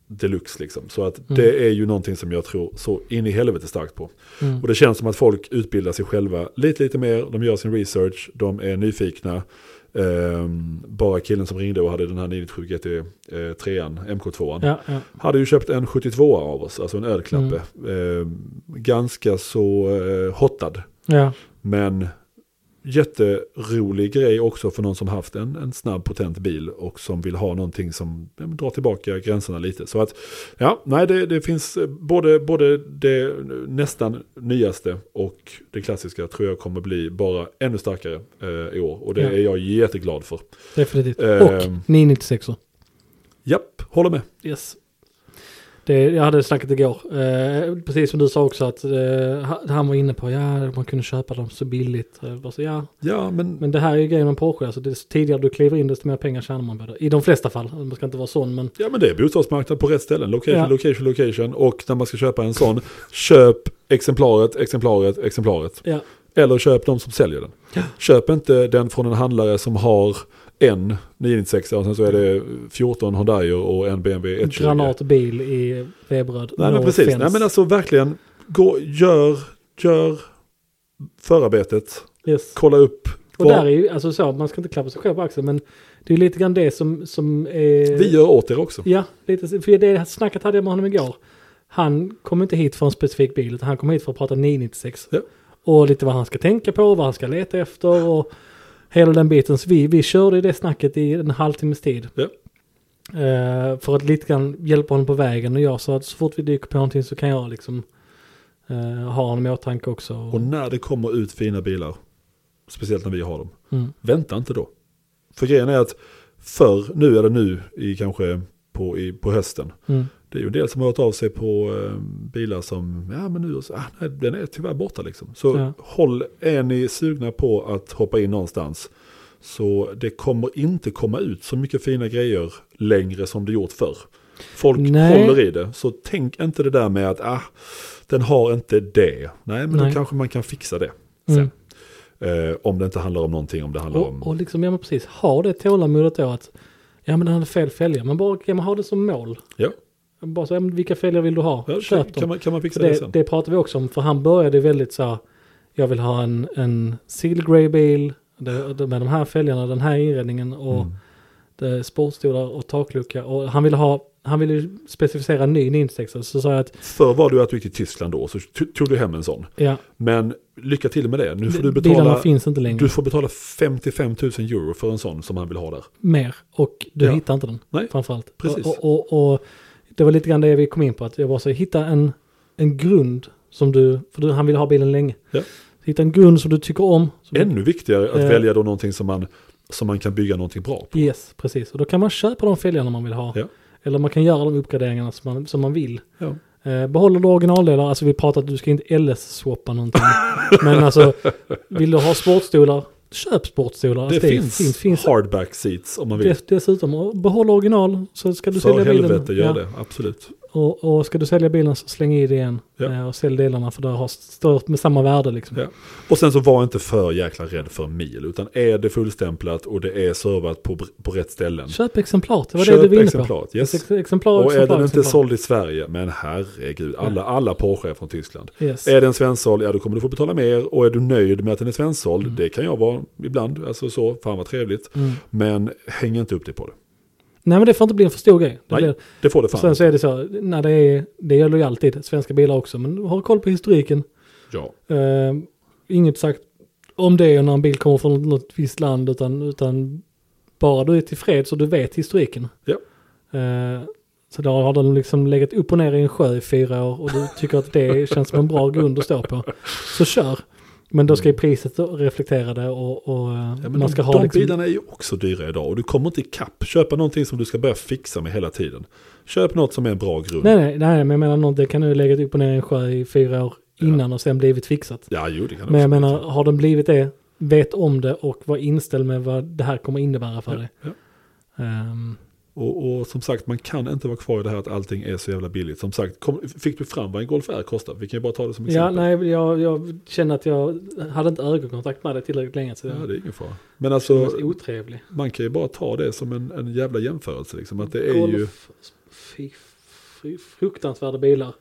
deluxe liksom. Så att det är ju någonting som jag tror så in i helvete starkt på. mm. Och det känns som att folk utbildar sig själva lite, lite mer. De gör sin research, de är nyfikna. Ehm, bara killen som ringde och hade den här 997 GT 3an, MK2an. Ja, ja. Hade ju köpt en 72 av oss, alltså en ölklappe. Ehm, ganska så eh, hotad. ja. Men jätterolig grej också för någon som haft en, en snabb potent bil och som vill ha någonting som ja, men drar tillbaka gränserna lite. Så att, ja, nej det, det finns eh, både, både det nästan nyaste och det klassiska tror jag kommer bli bara ännu starkare eh, i år. Och det Ja. är jag jätteglad för. Definitivt. Ehm. Och 996 Japp, håller med. Yes. Det, jag hade snackat igår, eh, precis som du sa också att eh, ha- han var inne på ja man kunde köpa dem så billigt. Eh, bara så, ja. Ja, men, Men det här är ju grejen med Porsche, alltså, desto tidigare du kliver in desto mer pengar tjänar man på det. I de flesta fall, man ska inte vara sån men ja, men det är bostadsmarknad på rätt ställen. Location, Ja. location, location. Och när man ska köpa en sån, köp exemplaret, exemplaret, exemplaret. ja, Eller köp de som säljer den. Köp inte den från en handlare som har en 996 och sen så är det 14 Hyundaier och en BMW 120. granatbil i vebröd. Nej no men precis, offense. Nej, men alltså verkligen gå, gör, gör förarbetet, yes. kolla upp. Och vad- där är ju, alltså så, man ska inte klappa sig själv på axeln men det är lite grann det som, som är... Vi gör åt er också. Ja, lite, så- för det snacket hade jag med honom igår. Han kom inte hit för en specifik bil, utan han kom hit för att prata 996. Ja. Och lite vad han ska tänka på, vad han ska leta efter och hela den biten. Så vi, vi körde det snacket i en halvtimmes tid. Ja. Eh, för att lite grann hjälpa honom på vägen. Och jag sa att så fort vi dyker på någonting så kan jag liksom eh, ha honom i åtanke också. Och när det kommer ut fina bilar, speciellt när vi har dem, Mm. vänta inte då. För grejen är att förr, nu eller nu i kanske på, i, på hösten, Mm. Det är ju en del som har hört av sig på eh, bilar som, ja men nu, ah, nej, den är tyvärr borta liksom. Så Ja. håll, är ni sugna på att hoppa in någonstans så det kommer inte komma ut så mycket fina grejer längre som det gjort förr. Folk Nej. håller i det, så tänk inte det där med att ah, den har inte det. Nej, men Nej. då kanske man kan fixa det sen. Mm. Eh, om det inte handlar om någonting, om det handlar om... Och, och liksom, ja men precis, ha det tålamodet då att ja men han hade fel fälgar, men bara ja, men ha det som mål. ja, Bara så, ja, men vilka fälgar vill du ha? ja Köp kan, dem. kan, man, kan man fixa Så det, det, sen. det pratar vi också om, för han började väldigt så här, jag vill ha en, en seal grey bil det, det, med de här fälgarna, den här inredningen och Mm. det, sportstolar och taklucka. Och han ville ha, han ville specificera en ny 96 så sa jag att, Förr var du att du gick till Tyskland då, så to- tog du hem en sån. ja, Men lycka till med det. Nu får du bilarna betala, finns inte längre, du får betala 55 000 euro för en sån som han vill ha där. mer, och du Ja. hittar inte den Nej, framförallt. precis. Och, och, och, och det var lite grann det vi kom in på, att jag bara så hitta en, en grund som du, för du, han ville ha bilen länge. Ja. Hitta en grund som du tycker om. som du Ännu viktigare att Eh. välja då någonting som man, som man kan bygga någonting bra på. Yes, precis. Och då kan man köpa de fälgarna man vill ha. Ja. Eller man kan göra de uppgraderingarna som man, som man vill. Ja. Eh, behåller du originaldelar, alltså vi pratar att du ska inte LS-swappa någonting. Men alltså, vill du ha sportstolar, köp sportstolar. Det, Alltså, finns, finns hardback seats om man vill. dess, dessutom, och behåll original så ska du För sälja bilen. helvete, gör Ja. det. Absolut. Och, och ska du sälja bilen så släng i det igen. Ja. Eh, och sälj delarna för det har stört med samma värde liksom. Ja. Och sen så var inte för jäkla rädd för mil, utan är det fullstämplat och det är servat på, på rätt ställen. Köp exemplar, det var Köp det du var inne på. exemplaret, yes. Ex- Exemplar, Och är exemplar, den inte exemplar. såld i Sverige, men herregud, alla, alla Porsche är från Tyskland. Yes. Är den svensåld, ja då kommer du få betala mer. Och är du nöjd med att den är svensåld, det kan jag vara ibland. Alltså så, fan vad trevligt. Mm. Men häng inte upp dig på det. Nej men det får inte bli en för stor grej. Det Nej. blir, Det får det Och fan. sen så är det så, när det, är, det gäller ju alltid svenska bilar också, men ha koll på historiken. ja. Eh, inget sagt om det när en bil kommer från något visst land, utan, utan bara du är tillfreds och du vet historiken. Ja. Eh, så då har den liksom legat upp och ner i en sjö i fyra år och du tycker att det känns som en bra grund att stå på. Så kör. Men då ska ju priset reflektera det och, och eh, Mm. Ja, men man ska de ha de liksom... bilarna är ju också dyra idag och du kommer inte ikapp. Köpa någonting som du ska börja fixa med hela tiden. Köp något som är en bra grund. Nej, nej, nej, men jag menar något, det kan ju legat upp och ner i en sjö i fyra år innan och sen blivit fixat. Ja, jo, det kan det Men jag också bli. menar, har den blivit det, vet om det och var inställd med vad det här kommer innebära för dig. ja. Ehm, Och, och som sagt, man kan inte vara kvar i det här att allting är så jävla billigt. Som sagt, kom, fick du fram vad en Golf R kostar? Vi kan ju bara ta det som ja, exempel. nej, jag, jag känner att jag hade inte ögonkontakt med det tillräckligt länge. Så Ja, jag det är ingen fara. Men det alltså, var otrevlig. man kan ju bara ta det som en, en jävla jämförelse. Liksom, att det är Golf, eh, ju... fy, fy, fruktansvärda bilar.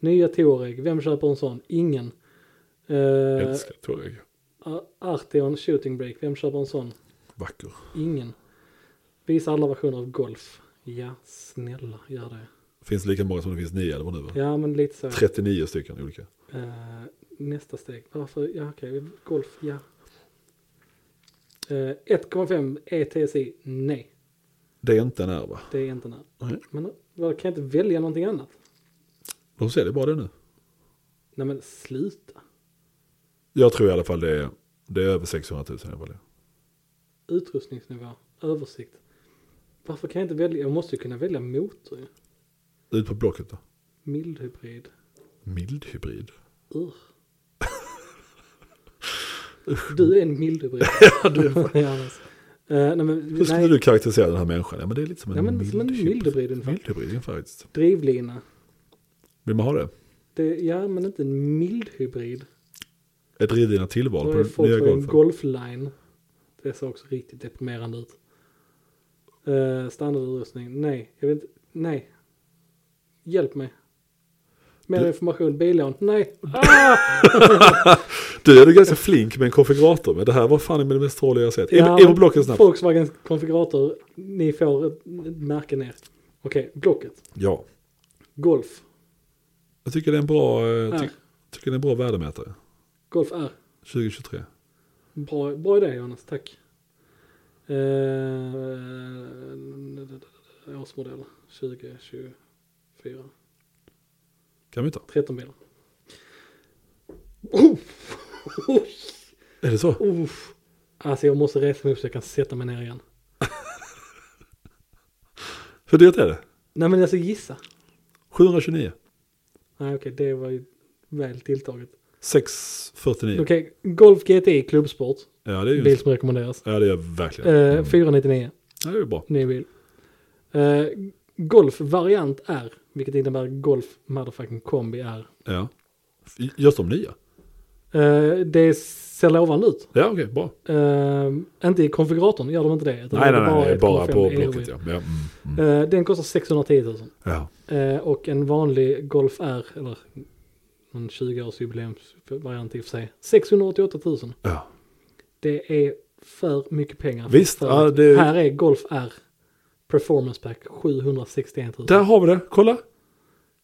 Nya Touareg, vem köper en sån? Ingen. Uh, Älskar Touareg. Arteon Shooting Brake, vem köper en sån? Vacker. Ingen. Visa alla versioner av Golf. Ja, snälla, gör det. Finns lika många som det finns nio eller vad nu va? Ja, men lite så. 39 stycken olika. Eh, nästa steg. Varför? Ja, okej. Golf, ja. Eh, 1,5 ETSI, E nej. Det är inte en R va? Det är inte nära. Nej. Men vad, kan jag inte välja någonting annat? De säljer bara det nu. Nej men sluta. Jag tror i alla fall det är, det är över 600 000 i alla fall. Utrustningsnivå, översikt. Varför kan jag inte välja? Jag måste ju kunna välja motor ju. Ut på Blocket då. Mildhybrid. Mild hybrid. Ur. Du är en mildhybrid. Ja, du är fan- ja, alltså. Eh, nej, men, Hur skulle nej, du karaktärisera den här människan? Ja, men det är lite som en Ja, men mild, som en hybrid. mild hybrid ungefär. Mild hybrid, ja, faktiskt. drivlina. Vill man ha det? Det, ja, men inte en mildhybrid. Ett drivlina tillval Då på är den nya Ford en golfen. golfline. Det ser också riktigt deprimerande ut. Eh, standardutrustning, nej. Jag vet inte, nej. Hjälp mig. Mer Du- information, billån, nej. Ah! du är du ganska flink med en konfigurator, men det här var fan med det mest tråliga jag sett. Ja, Ja, är på Blocket snabbt? Volkswagens konfigurator, ni får ett märke ner. Okej, Blocket. Ja. Golf. Jag tycker det är en bra, eh, ty, R. tycker det är en bra värdemätare. Golf R. 2023. Bra, bra idé Jonas, tack. Eh, årsmodell 2024. Kan vi ta? 13 bilar. Oh! Oh! Är det så? Oh! Alltså jag måste resa mig upp så jag kan sätta mig ner igen. Hur dyrt är det? Nej men alltså gissa. 729. Nej okej, det var ju väl tilltaget. 649. Okej, Golf GTI klubbsport. Ja, det är ju Bil som rekommenderas. ja, det är verkligen. Mm. Eh, 499, Ja, det är ju bra. ny bil. Eh, golf variant R, vilket innebär Golf motherfucking kombi R. Ja. F- Görs de nya? Eh, det ser lovande ut. Ja, okej, bra. Eh, inte i konfiguratorn gör de inte det. utan Nej, det nej, är nej, det är bara 1,5 på euro. Blocket. Ja. Ja, mm, mm. E Eh, den kostar 610 000. ja. Eh, och en vanlig Golf R, eller en 20-årsjubileumsvariant i och för sig, 688 000. ja. Det är för mycket pengar. Visst, För ja, att- det- Här är Golf R Performance Pack 761 000. Där har vi det, kolla.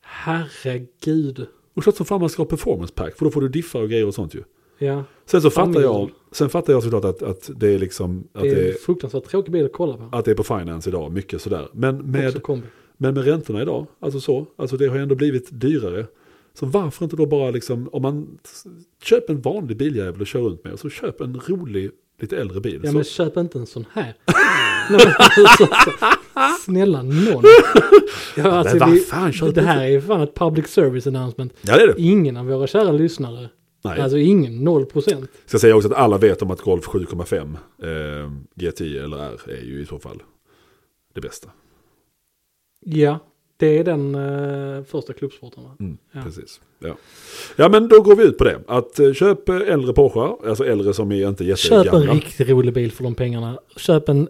Herregud. Och klart som fan man ska ha performance pack, för då får du diffar och grejer och sånt ju. Ja, Sen så Fan, fattar jag, Miguel. sen fattar jag såklart att, att det är liksom, att det är det en är, fruktansvärt tråkig bil att kolla på. att det är på finance idag, mycket sådär. Men Också med, kombi. men med räntorna idag, alltså så, alltså det har ju ändå blivit dyrare. Så varför inte då bara liksom, om man s- köp en vanlig biljävel och kör runt med, och så köp en rolig, lite äldre bil. Ja så, men köp inte en sån här. Nej, men, alltså, snälla någon. Ja, alltså, vad vi, fan, köp det inte- här är ju fan ett public service announcement. ja det är det. Ingen av våra kära lyssnare. Nej. Alltså ingen, 0 procent. Ska säga också att alla vet om att Golf 7,5 eh, GTI eller R är ju i så fall det bästa. Ja, det är den eh, första klubbsporten va? Mm, Ja. Precis. Ja. ja men då går vi ut på det. Att eh, köp eh, äldre Porsche, alltså äldre som är inte jättegamla. Köp en riktigt rolig bil för de pengarna. Köp en,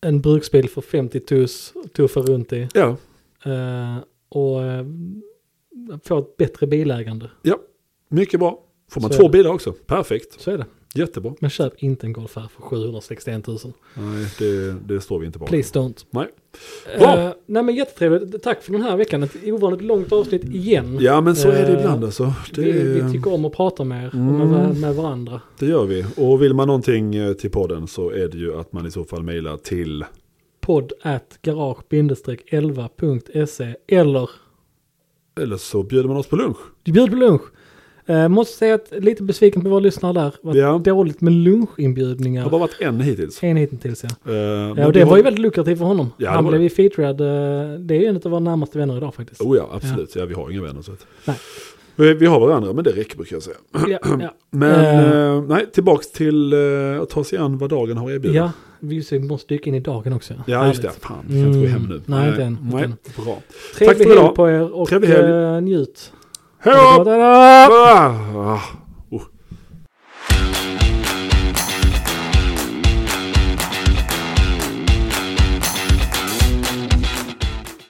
en bruksbil för 50 tus, tuffa runt i. Ja, Eh, och eh, få ett bättre bilägande. ja, mycket bra. Får man Så är två det. bilar också, perfekt. Så är det. Jättebra. Men köp inte en Golf R för 761 000. Nej, det, det står vi inte bakom. Please don't. Nej. Bra. Uh, nej men jättetrevligt. Tack för den här veckan. Ett ovanligt långt avsnitt igen. Ja men så är det Eh, ibland alltså. Det, Mm. vi, vi tycker om att prata med er och med, va- med varandra. det gör vi. Och vill man någonting eh, till podden så är det ju att man i så fall mejlar till Podd at garage-11.se eller eller så bjuder man oss på lunch. bjud på lunch. Eh, måste säga att lite besviken på våra lyssnare där. Var Ja. dåligt med Det lunchinbjudningar. har bara varit en hittills. En hittills ja. Eh, men ja och vi det har- var ju väldigt lukrativt för honom. Ja, det Han var blev det. ju featured. eh, Det är en av våra närmaste vänner idag faktiskt. Oh ja, absolut. Ja. vi har inga vänner. Så att. Nej. Vi, vi har varandra, men det räcker brukar jag säga. Ja, ja. Men Eh, eh, nej, tillbaks till eh, att ta sig an vad dagen har erbjudit. ja, vi så vi måste dyka in i dagen också. Ja, just det. Härligt. Fan, vi kan inte gå hem nu. Mm. Nej, inte än, inte Nej, än. bra. Tack Trevlig för helg idag. på er och Trevlig helg. eh, njut. Hej då! Ta-da! Ah!